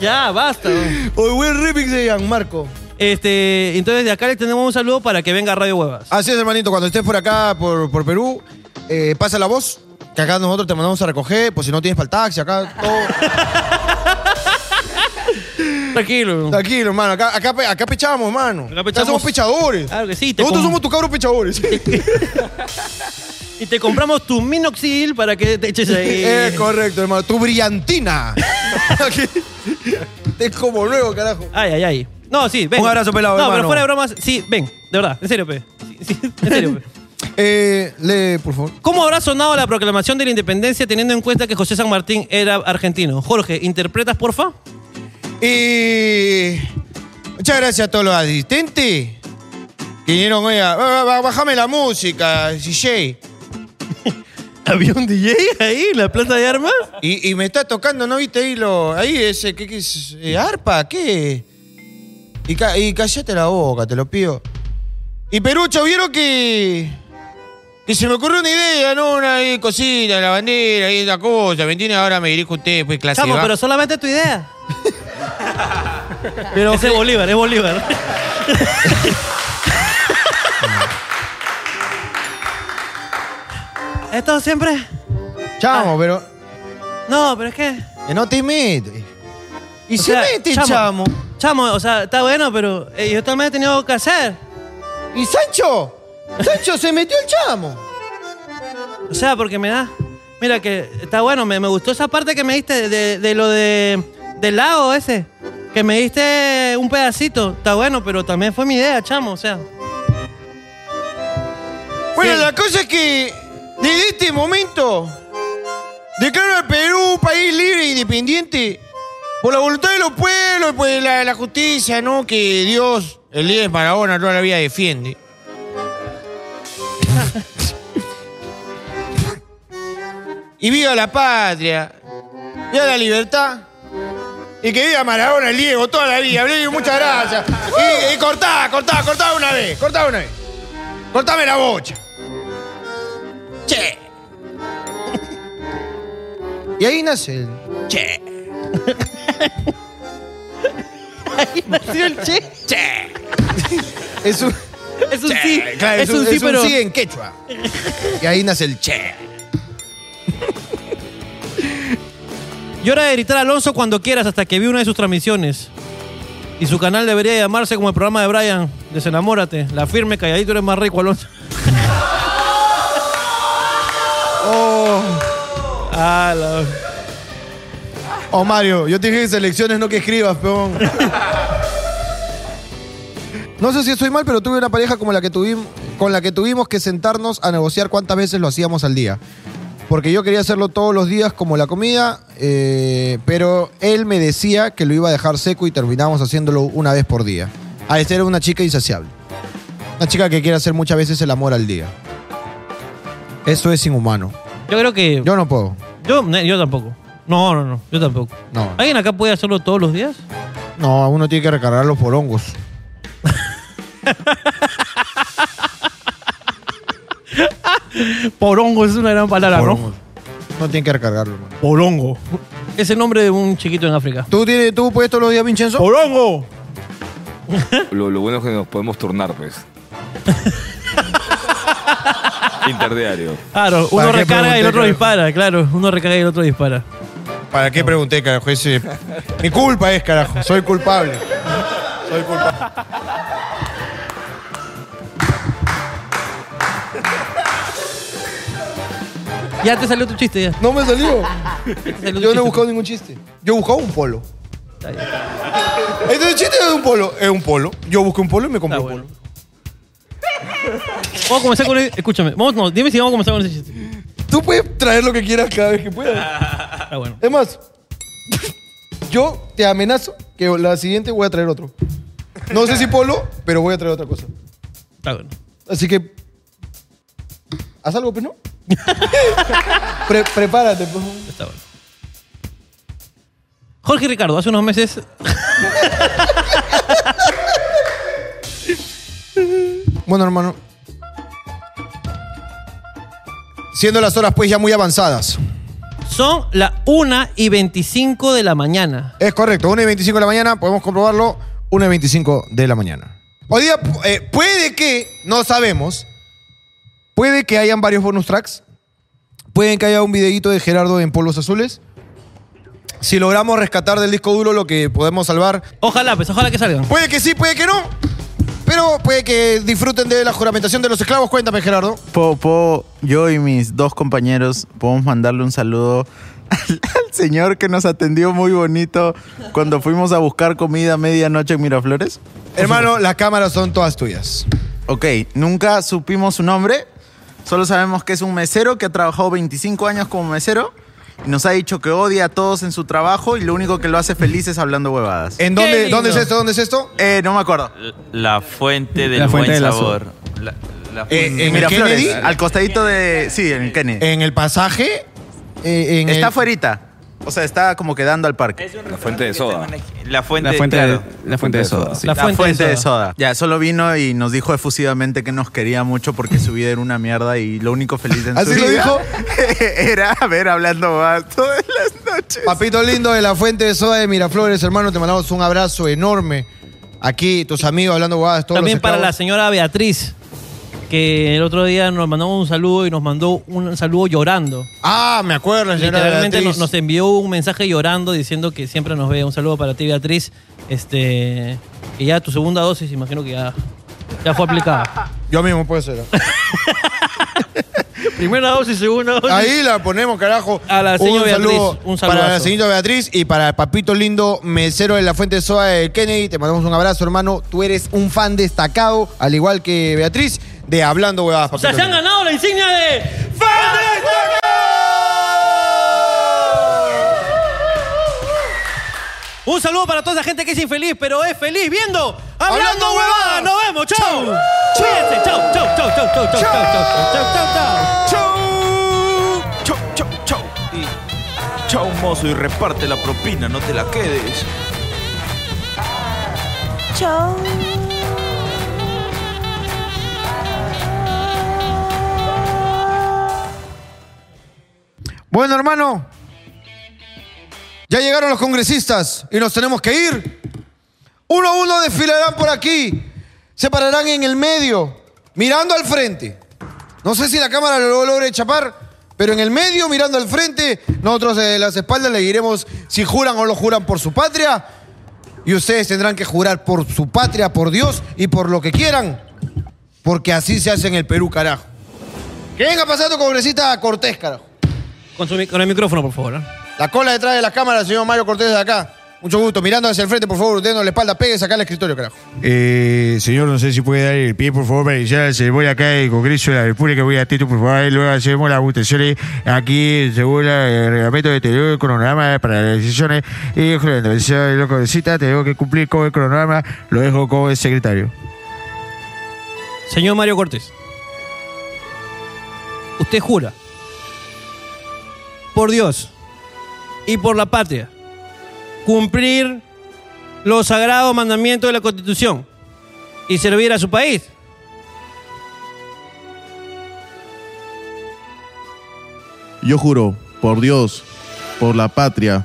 B: Ya, basta.
A: Hoy buen remix de Gianmarco.
B: Este, entonces de acá le tenemos un saludo para que venga a Radio Huevas.
A: Así es, hermanito, cuando estés por acá, por, por Perú, eh, pasa la voz, que acá nosotros te mandamos a recoger, pues si no tienes para el taxi, acá todo.
B: Tranquilo.
A: Tranquilo, hermano, acá, acá, pe- acá pechamos, hermano. Acá,
B: pechamos.
A: somos pechadores.
B: Claro que sí. te
A: nosotros
B: com-
A: somos tus cabros pechadores.
B: Y te compramos tu minoxidil para que te eches ahí.
A: Es correcto, hermano. Tu brillantina. es como nuevo, carajo.
B: Ay, ay, ay. No, sí, ven.
A: Un abrazo, pelado,
B: No,
A: hermano.
B: pero fuera de bromas, sí, ven, de verdad, en serio, pe. Sí, sí, en serio, pe.
A: Eh, lee, por favor.
B: ¿Cómo habrá sonado la proclamación de la independencia teniendo en cuenta que José San Martín era argentino? Jorge, ¿interpretas, porfa?
A: Y muchas gracias a todos los asistentes que vinieron hoy a... Ba- ba- Bájame la música, DJ.
B: ¿Había un DJ ahí en la planta de armas?
A: Y, y me está tocando, ¿no viste ahí lo...? Ahí ese, ¿qué, qué es? Eh, ¿Arpa? ¿Qué? Y, ca- y callate la boca, te lo pido. Y Perucho, ¿vieron que...? Que se me ocurrió una idea, ¿no? Una ahí, cosita, la bandera, ahí la cosa, ¿me entiendes? Ahora me dirijo a usted, pues clase
B: Chamo,
A: baja.
B: pero solamente tu idea. pero Ese es Bolívar, es Bolívar. Esto siempre. Ah.
A: Chamo, pero...
B: No, pero es que.
A: que no te metes. Y
B: o
A: se
B: sea,
A: mete, chamo.
B: este Chamo, o sea, está bueno, pero eh, yo también he tenido que hacer.
A: ¿Y Sancho? Sancho se metió el chamo.
B: O sea, porque me da. Mira, que está bueno, me, me gustó esa parte que me diste de, de- de lo de. del lago ese. Que me diste un pedacito. Está bueno, pero también fue mi idea, chamo, o sea.
A: Bueno, la cosa es que desde este momento declaro al Perú un país libre e independiente por la voluntad de los pueblos y por la, la justicia, ¿no? Que Dios, el líder de Maradona, toda la vida defiende. y viva la patria, viva la libertad. Y que viva Maradona, el Diego, toda la vida. Blevio, muchas gracias. Y, y cortá, cortá, cortá una vez, cortá una vez. Cortame la bocha. Che. Y ahí nace el. Che.
B: Ahí nació el che.
A: Che. Es un.
B: Es un
A: che,
B: sí.
A: claro,
B: es, un, sí,
A: es
B: pero.
A: sí en quechua. Y ahí nace el che.
B: Y hora de gritar Alonso cuando quieras hasta que vi una de sus transmisiones. Y su canal debería llamarse como el programa de Brian, Desenamórate. La firme, calladito, eres más rico, Alonso. Ah, la-
A: Oh, Mario, yo te dije que selecciones, no que escribas, peón. No sé si estoy mal, pero tuve una pareja como la que tuvimos, con la que tuvimos que sentarnos a negociar cuántas veces lo hacíamos al día. Porque yo quería hacerlo todos los días como la comida, eh, pero él me decía que lo iba a dejar seco y terminamos haciéndolo una vez por día. A esta era una chica insaciable. Una chica que quiere hacer muchas veces el amor al día. Eso es inhumano.
B: Yo creo que.
A: Yo no puedo.
B: Yo, no, yo tampoco. No, no, no, yo tampoco.
A: No.
B: ¿Alguien acá puede hacerlo todos los días?
A: No, uno tiene que recargar los porongos.
B: Porongo es una gran palabra,
A: Porongos. No tiene que recargarlo, hermano.
B: Porongo. Es el nombre de un chiquito en África.
A: ¿Tú, tienes, ¿Tú puedes todos los días, Vincenzo?
B: ¡Porongo!
K: Lo, lo bueno es que nos podemos turnar, pues. Interdiario.
B: Claro,
A: ¿Para
B: uno
A: qué
B: recarga y el
A: pregunté,
B: otro
A: creo?
B: dispara, claro. Uno recarga y el otro dispara.
A: Oh, ¿Para qué pregunté, carajo? Ese- Mi culpa es, carajo. Soy culpable. Soy culpable.
B: Ya te salió tu chiste, ya.
A: No me salió.
B: Te salió
A: Yo no
B: tu chiste.
A: he buscado ningún chiste. Yo he buscado un polo. Entonces, el Este chiste es un polo. Es un polo. Yo busqué un polo y me compré
B: Ah,
A: un
B: bueno.
A: polo.
B: Vamos a comenzar con el- Escúchame, vamos, no, dime si vamos a comenzar con ese chiste.
A: Tú puedes traer lo que quieras cada vez que puedas.
B: Ah, bueno.
A: Es más, yo te amenazo que la siguiente voy a traer otro. No sé si polo, pero voy a traer otra cosa.
B: Está bueno.
A: Así que. Haz algo, pues, ¿no? Pre- prepárate, pues.
B: Está bueno. Jorge Ricardo, hace unos meses.
A: Bueno, hermano. Siendo las horas pues ya muy avanzadas.
B: Son las 1 y 25 de la mañana.
A: Es correcto, 1 y 25 de la mañana, podemos comprobarlo. 1 y 25 de la mañana. Hoy día eh, puede que, no sabemos, puede que hayan varios bonus tracks, pueden que haya un videíto de Gerardo en Polvos Azules. Si logramos rescatar del disco duro lo que podemos salvar.
B: Ojalá, pues ojalá que salgan.
A: Puede que sí, puede que no. Pero puede que disfruten de la juramentación de los esclavos. Cuéntame, Gerardo.
L: Puedo- puedo- yo y mis dos compañeros podemos mandarle un saludo al, al señor que nos atendió muy bonito cuando fuimos a buscar comida a medianoche en Miraflores.
A: Hermano, las cámaras son todas tuyas.
L: Ok, nunca supimos su nombre, solo sabemos que es un mesero que ha trabajado 25 años como mesero y nos ha dicho que odia a todos en su trabajo y lo único que lo hace feliz es hablando huevadas.
A: ¿En dónde, dónde es esto? ¿Dónde es esto?
L: Eh, no me acuerdo.
M: La fuente del
L: La fuente
M: buen
L: del
M: sabor. La- la fuente-
L: En Miraflores, al costadito de... Sí, en el Kennedy.
A: ¿En el pasaje? eh,
L: está
M: el-
L: afuerita. O sea, está como quedando al parque.
N: La fuente de soda.
M: La fuente,
L: La fuente,
M: claro.
L: de, la fuente de soda. sí.
M: La fuente de
L: de soda. Ya, solo vino y nos dijo efusivamente que nos quería mucho porque su vida era una mierda y lo único feliz
G: ¿Ah,
L: en
A: ¿Así
L: su
A: lo
L: vida
A: dijo?
L: era haber hablando más todas las noches.
A: Papito lindo de la Fuente de Soda de Miraflores, hermano, te mandamos un abrazo enorme. Aquí, tus amigos hablando guadas, todos
B: También
A: los
B: para la
A: esclavos.
B: señora Beatriz, que el otro día nos mandó un saludo y nos mandó un saludo llorando.
A: Ah, me acuerdo, la señora
B: Literalmente
A: Beatriz.
B: nos, nos envió un mensaje llorando diciendo que siempre nos ve. Un saludo para ti, Beatriz. Este, que ya tu segunda dosis, imagino que ya, ya fue aplicada.
A: Yo mismo puede ser.
B: Primera dosis, segunda dosis.
A: Ahí la ponemos, carajo.
B: A la señora Beatriz, un saludazo.
A: para la señora Beatriz y para el papito lindo mesero de la Fuente de Soda de Kennedy. Te mandamos un abrazo, hermano. Tú eres un fan destacado, al igual que Beatriz, de Hablando Huevadas,
B: O sea,
A: papito
B: se han
A: lindo.
B: ganado la insignia de
A: ¡Fan
B: Un saludo para toda esa gente que es infeliz, pero es feliz viendo
O: Hablando
B: Hablando Huevada.
O: Huevadas.
B: Nos vemos, chau. Cuídense, chau, chau, chau, chau, chau, chau, chau, chau, chau, chau.
F: Chau, chau, chau. Y chau, mozo, y reparte la propina, no te la quedes.
C: Chao.
A: Bueno, hermano, ya llegaron los congresistas y nos tenemos que ir. Uno a uno desfilarán por aquí, se pararán en el medio, mirando al frente. No sé si la cámara lo logre chapar, pero en el medio, mirando al frente, nosotros de las espaldas le diremos si juran o no juran por su patria. Y ustedes tendrán que jurar por su patria, por Dios y por lo que quieran. Porque así se hace en el Perú, carajo. Que venga pasando congresista Cortés, carajo.
B: Con, su mic- con el micrófono, por favor. ¿eh?
A: La cola detrás de la cámara, señor Mario Cortés de acá. Mucho gusto. Mirando hacia el frente, por favor, denos la espalda, pegue acá al escritorio, carajo.
H: Eh, señor, no sé si puede dar el pie, por favor, para iniciar la ceremonia acá del Congreso de la República. Voy a título, por favor, y luego hacemos las votaciones aquí, según la- el reglamento de interior, el cronograma para las decisiones. Y el de los congresistas, tengo que cumplir con el cronograma, lo dejo con el secretario.
B: Señor Mario Cortés, usted jura por Dios y por la patria cumplir los sagrados mandamientos de la Constitución y servir a su país.
G: Yo juro, por Dios, por la patria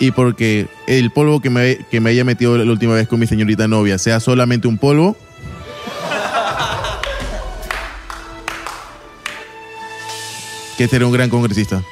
G: y porque el polvo que me, que me haya metido la última vez con mi señorita novia sea solamente un polvo. Que seré un gran congresista.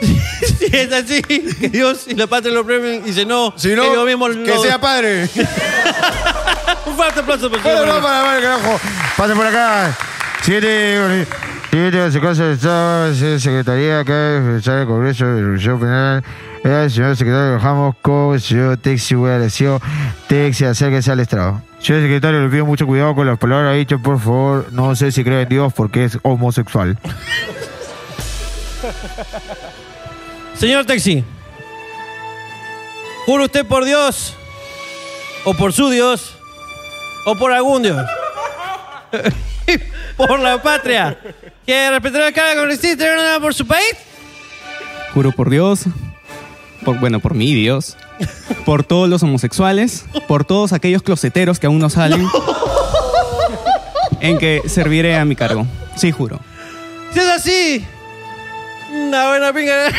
B: si es así, que Dios y la patria lo premien y si no,
A: no,
B: que yo mismo
A: que sea padre.
B: Un fuerte aplauso para el
A: Bueno,
B: señor
A: no,
B: Mario.
A: para, para, carajo.
H: Pase por acá. Siguiente, siguiente consecuencia de Estado, se- Secretaría acá, Secretaría del Congreso de Revolución Penal. Eh, El señor secretario Rojamos con el señor Texi Guadalajara. Texi, acérquese al estrado. Señor secretario, le pido mucho cuidado con las palabras dichas, por favor. No sé si cree en Dios porque es homosexual.
B: Señor Taxi, ¿jura usted por Dios o por su Dios o por algún Dios? por la patria, que respetará cada congresista y nada por su país.
P: Juro por Dios, por, bueno, por mi Dios, por todos los homosexuales, por todos aquellos closeteros que aún no salen, en que serviré a mi cargo. Sí, juro.
B: Si es así, Una buena pinga.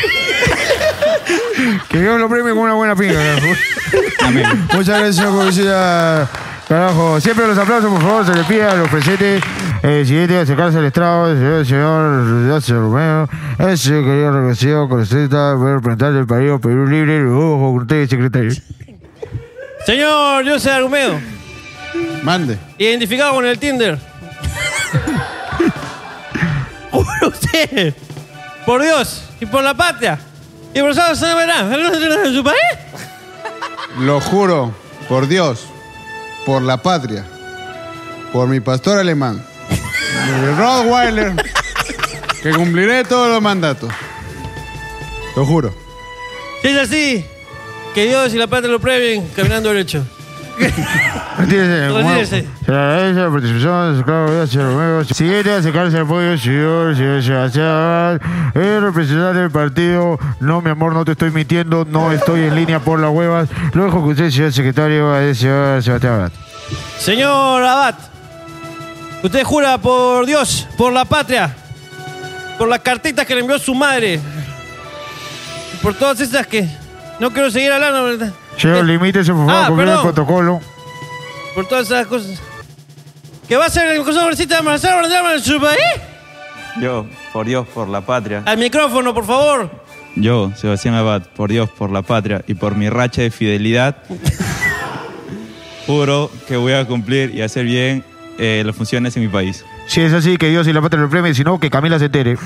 L: Que Dios lo premie con una buena pinga, carajo. Muchas gracias, publicidad. Carajo, siempre los aplausos, por favor, se les pide a los presentes. El siguiente a acercarse al estrado, el señor, el señor Horacio Romero, el señor querido reconocido, conocida, representante del partido Perú Libre, luego con ustedes, secretario.
B: Señor José Argumedo,
G: Mande.
B: identificado con el Tinder. por usted, por Dios y por la patria. Y por San Verán, ¿en su país?
G: Lo juro, por Dios, por la patria, por mi pastor alemán, mi Rottweiler, que cumpliré todos los mandatos. Lo juro.
B: Si es así, que Dios y la patria lo premien caminando derecho.
L: Retírese, como-
B: Retírese.
L: Se le agradece la participación de Carlos Horacio Romero. Siguiente a acercarse al apoyo, señor, señor Sebastián, el representante del partido. No, mi amor, no te estoy mintiendo, no estoy en línea por las huevas. Lo dejo con usted, señor secretario, el señor Sebastián Abad.
B: Señor Abad, usted jura por Dios, por la patria, por las cartitas que le envió su madre, y por todas esas que no quiero seguir hablando, ¿verdad?
L: Señor, limítese, por favor,
B: Ah,
L: a cumplir el
B: perdón.
L: protocolo.
B: Por todas esas cosas. ¿Qué va a ser el consejo de Marcelo Brandán su país?
F: Yo, por Dios, por la patria.
B: Al micrófono, por favor.
F: Yo, Sebastián Abad, por Dios, por la patria y por mi racha de fidelidad, juro que voy a cumplir y hacer bien eh, las funciones en mi país.
L: Si es así, que Dios y la patria lo premien, si no, que Camila se entere.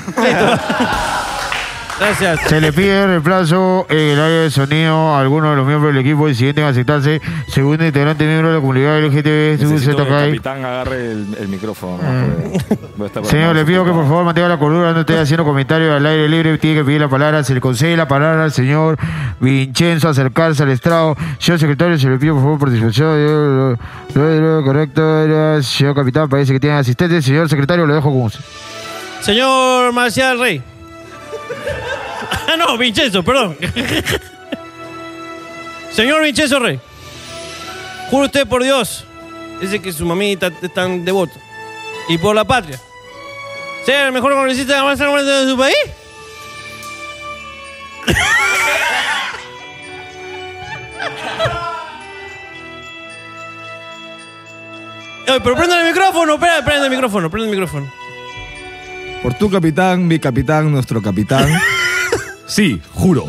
B: Gracias.
L: Se le pide reemplazo en el área de sonido a algunos de los miembros del equipo incidentes a aceptarse. Segundo integrante miembro de la comunidad LGTB,
Q: Necesito que el
L: ZKI.
Q: capitán agarre el, el micrófono.
L: Ah. Señor, le pido que por favor mantenga la cordura, no esté haciendo comentarios al aire libre, tiene que pedir la palabra, se le concede la palabra al señor Vincenzo, acercarse al estrado. Señor secretario, se le pido por favor participación. Yo, lo- lo- lo- Correcto, era- señor capitán, parece que tiene asistente. Señor secretario, lo dejo con usted.
B: Señor Marcial Rey. Ah, no, Vincenzo, perdón. Señor Vincenzo Rey. Juro usted por Dios. Dice que su mamita es tan devoto. Y por la patria. Sea el mejor congresista de más armada de su país. Ay, pero prenda el micrófono, espera, prenda el micrófono, prenda el micrófono.
D: Por tu capitán, mi capitán, nuestro capitán. sí, juro.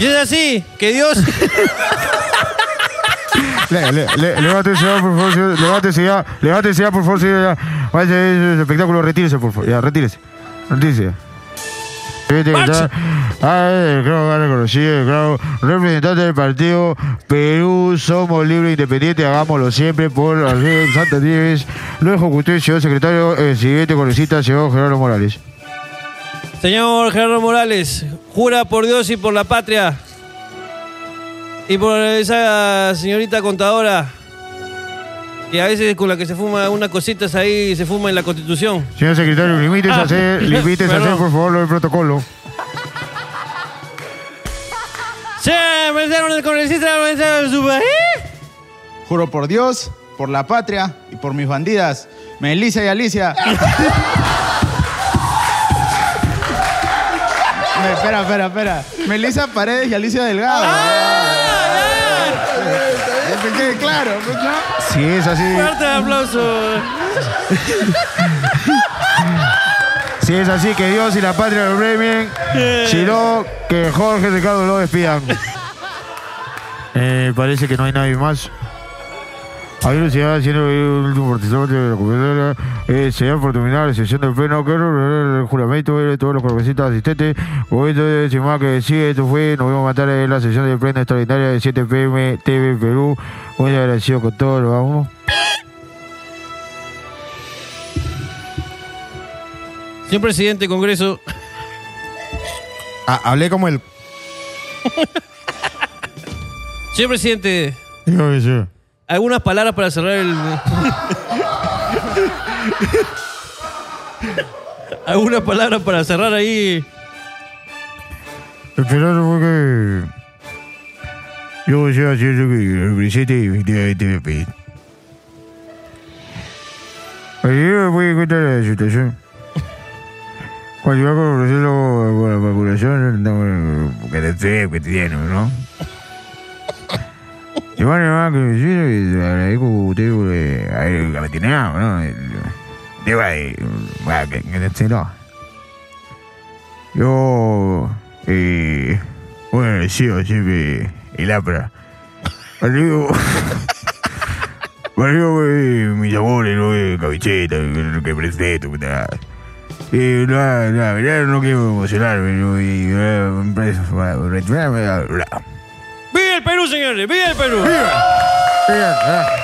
B: Y es así, que Dios.
L: Le- le- le- Levántese ya, por favor, señor. Levántese ya, levántese ya, por favor, señor. ya. Vaya, ese espectáculo, retírese, por favor. Ya, retírese. Retírese. ya. Siguiente que está- Ah, el grado más reconocido, el grado representante del partido Perú Somos Libre e Independiente, hagámoslo siempre por la red Santa Nieves. Lo dejo con usted, señor secretario, el siguiente congresista, señor Gerardo Morales.
B: Señor Gerardo Morales, jura por Dios y por la patria. Y por esa señorita contadora. Que a veces con la que se fuma unas cositas ahí se fuma en la constitución.
L: Señor secretario, limítese a
B: Ah,
L: hacer, limítese a hacer,
B: perdón.
L: por favor, lo del protocolo.
B: Se metieron el congresista de su ¡Eh! país.
G: Juro por Dios, por la patria y por mis bandidas, Melissa y Alicia. Me- espera, espera, espera. Melissa Paredes y Alicia Delgado. Eh, Que quede claro, pues, ¿no?
L: Si es así,
B: Fuerte aplauso.
L: si es así, que Dios y la patria lo premien. Si no, que Jorge Ricardo lo despidan. Eh, parece que no hay nadie más. Hay velocidad siendo el último participante de la convocatoria. Eh, se da por terminar la sesión del pleno. Quiero el juramento de todos los congresistas asistentes. Momento de sin más que decir, esto fue. Nos vemos más tarde en la sesión del pleno extraordinaria de 7 pm TV Perú. Muy agradecido con todos. Vamos.
B: Señor presidente del Congreso.
G: Ah, hablé como el.
B: Señor presidente,
L: Dígame, señor.
B: algunas palabras para cerrar el. algunas palabras para cerrar ahí.
L: Esperando fue que. Yo deseo hacer lo que el presidente definitivamente me pide. Ayer me voy a contar la situación. Cuando yo con el proceso con la vacunación, no, porque le estoy cotidiano, ¿no? Y bueno, hermano, que yo le agradezco a usted por eh, haber capitanado, ¿no? El- Lleva, eh, va, que que te no. Yo, eh, bueno, sí, o siempre el APRA. Arriba, arriba, eh, mis amores, ¿no? Eh, Cabicheta, eh, que presento, puta. Eh, la, la verdad no quiero emocionarme, ¿no? Y, eh, pues, va, retirarme, bla, bla.
B: ¡Viva el Perú, señores! ¡Viva el Perú!
L: Mira, ah,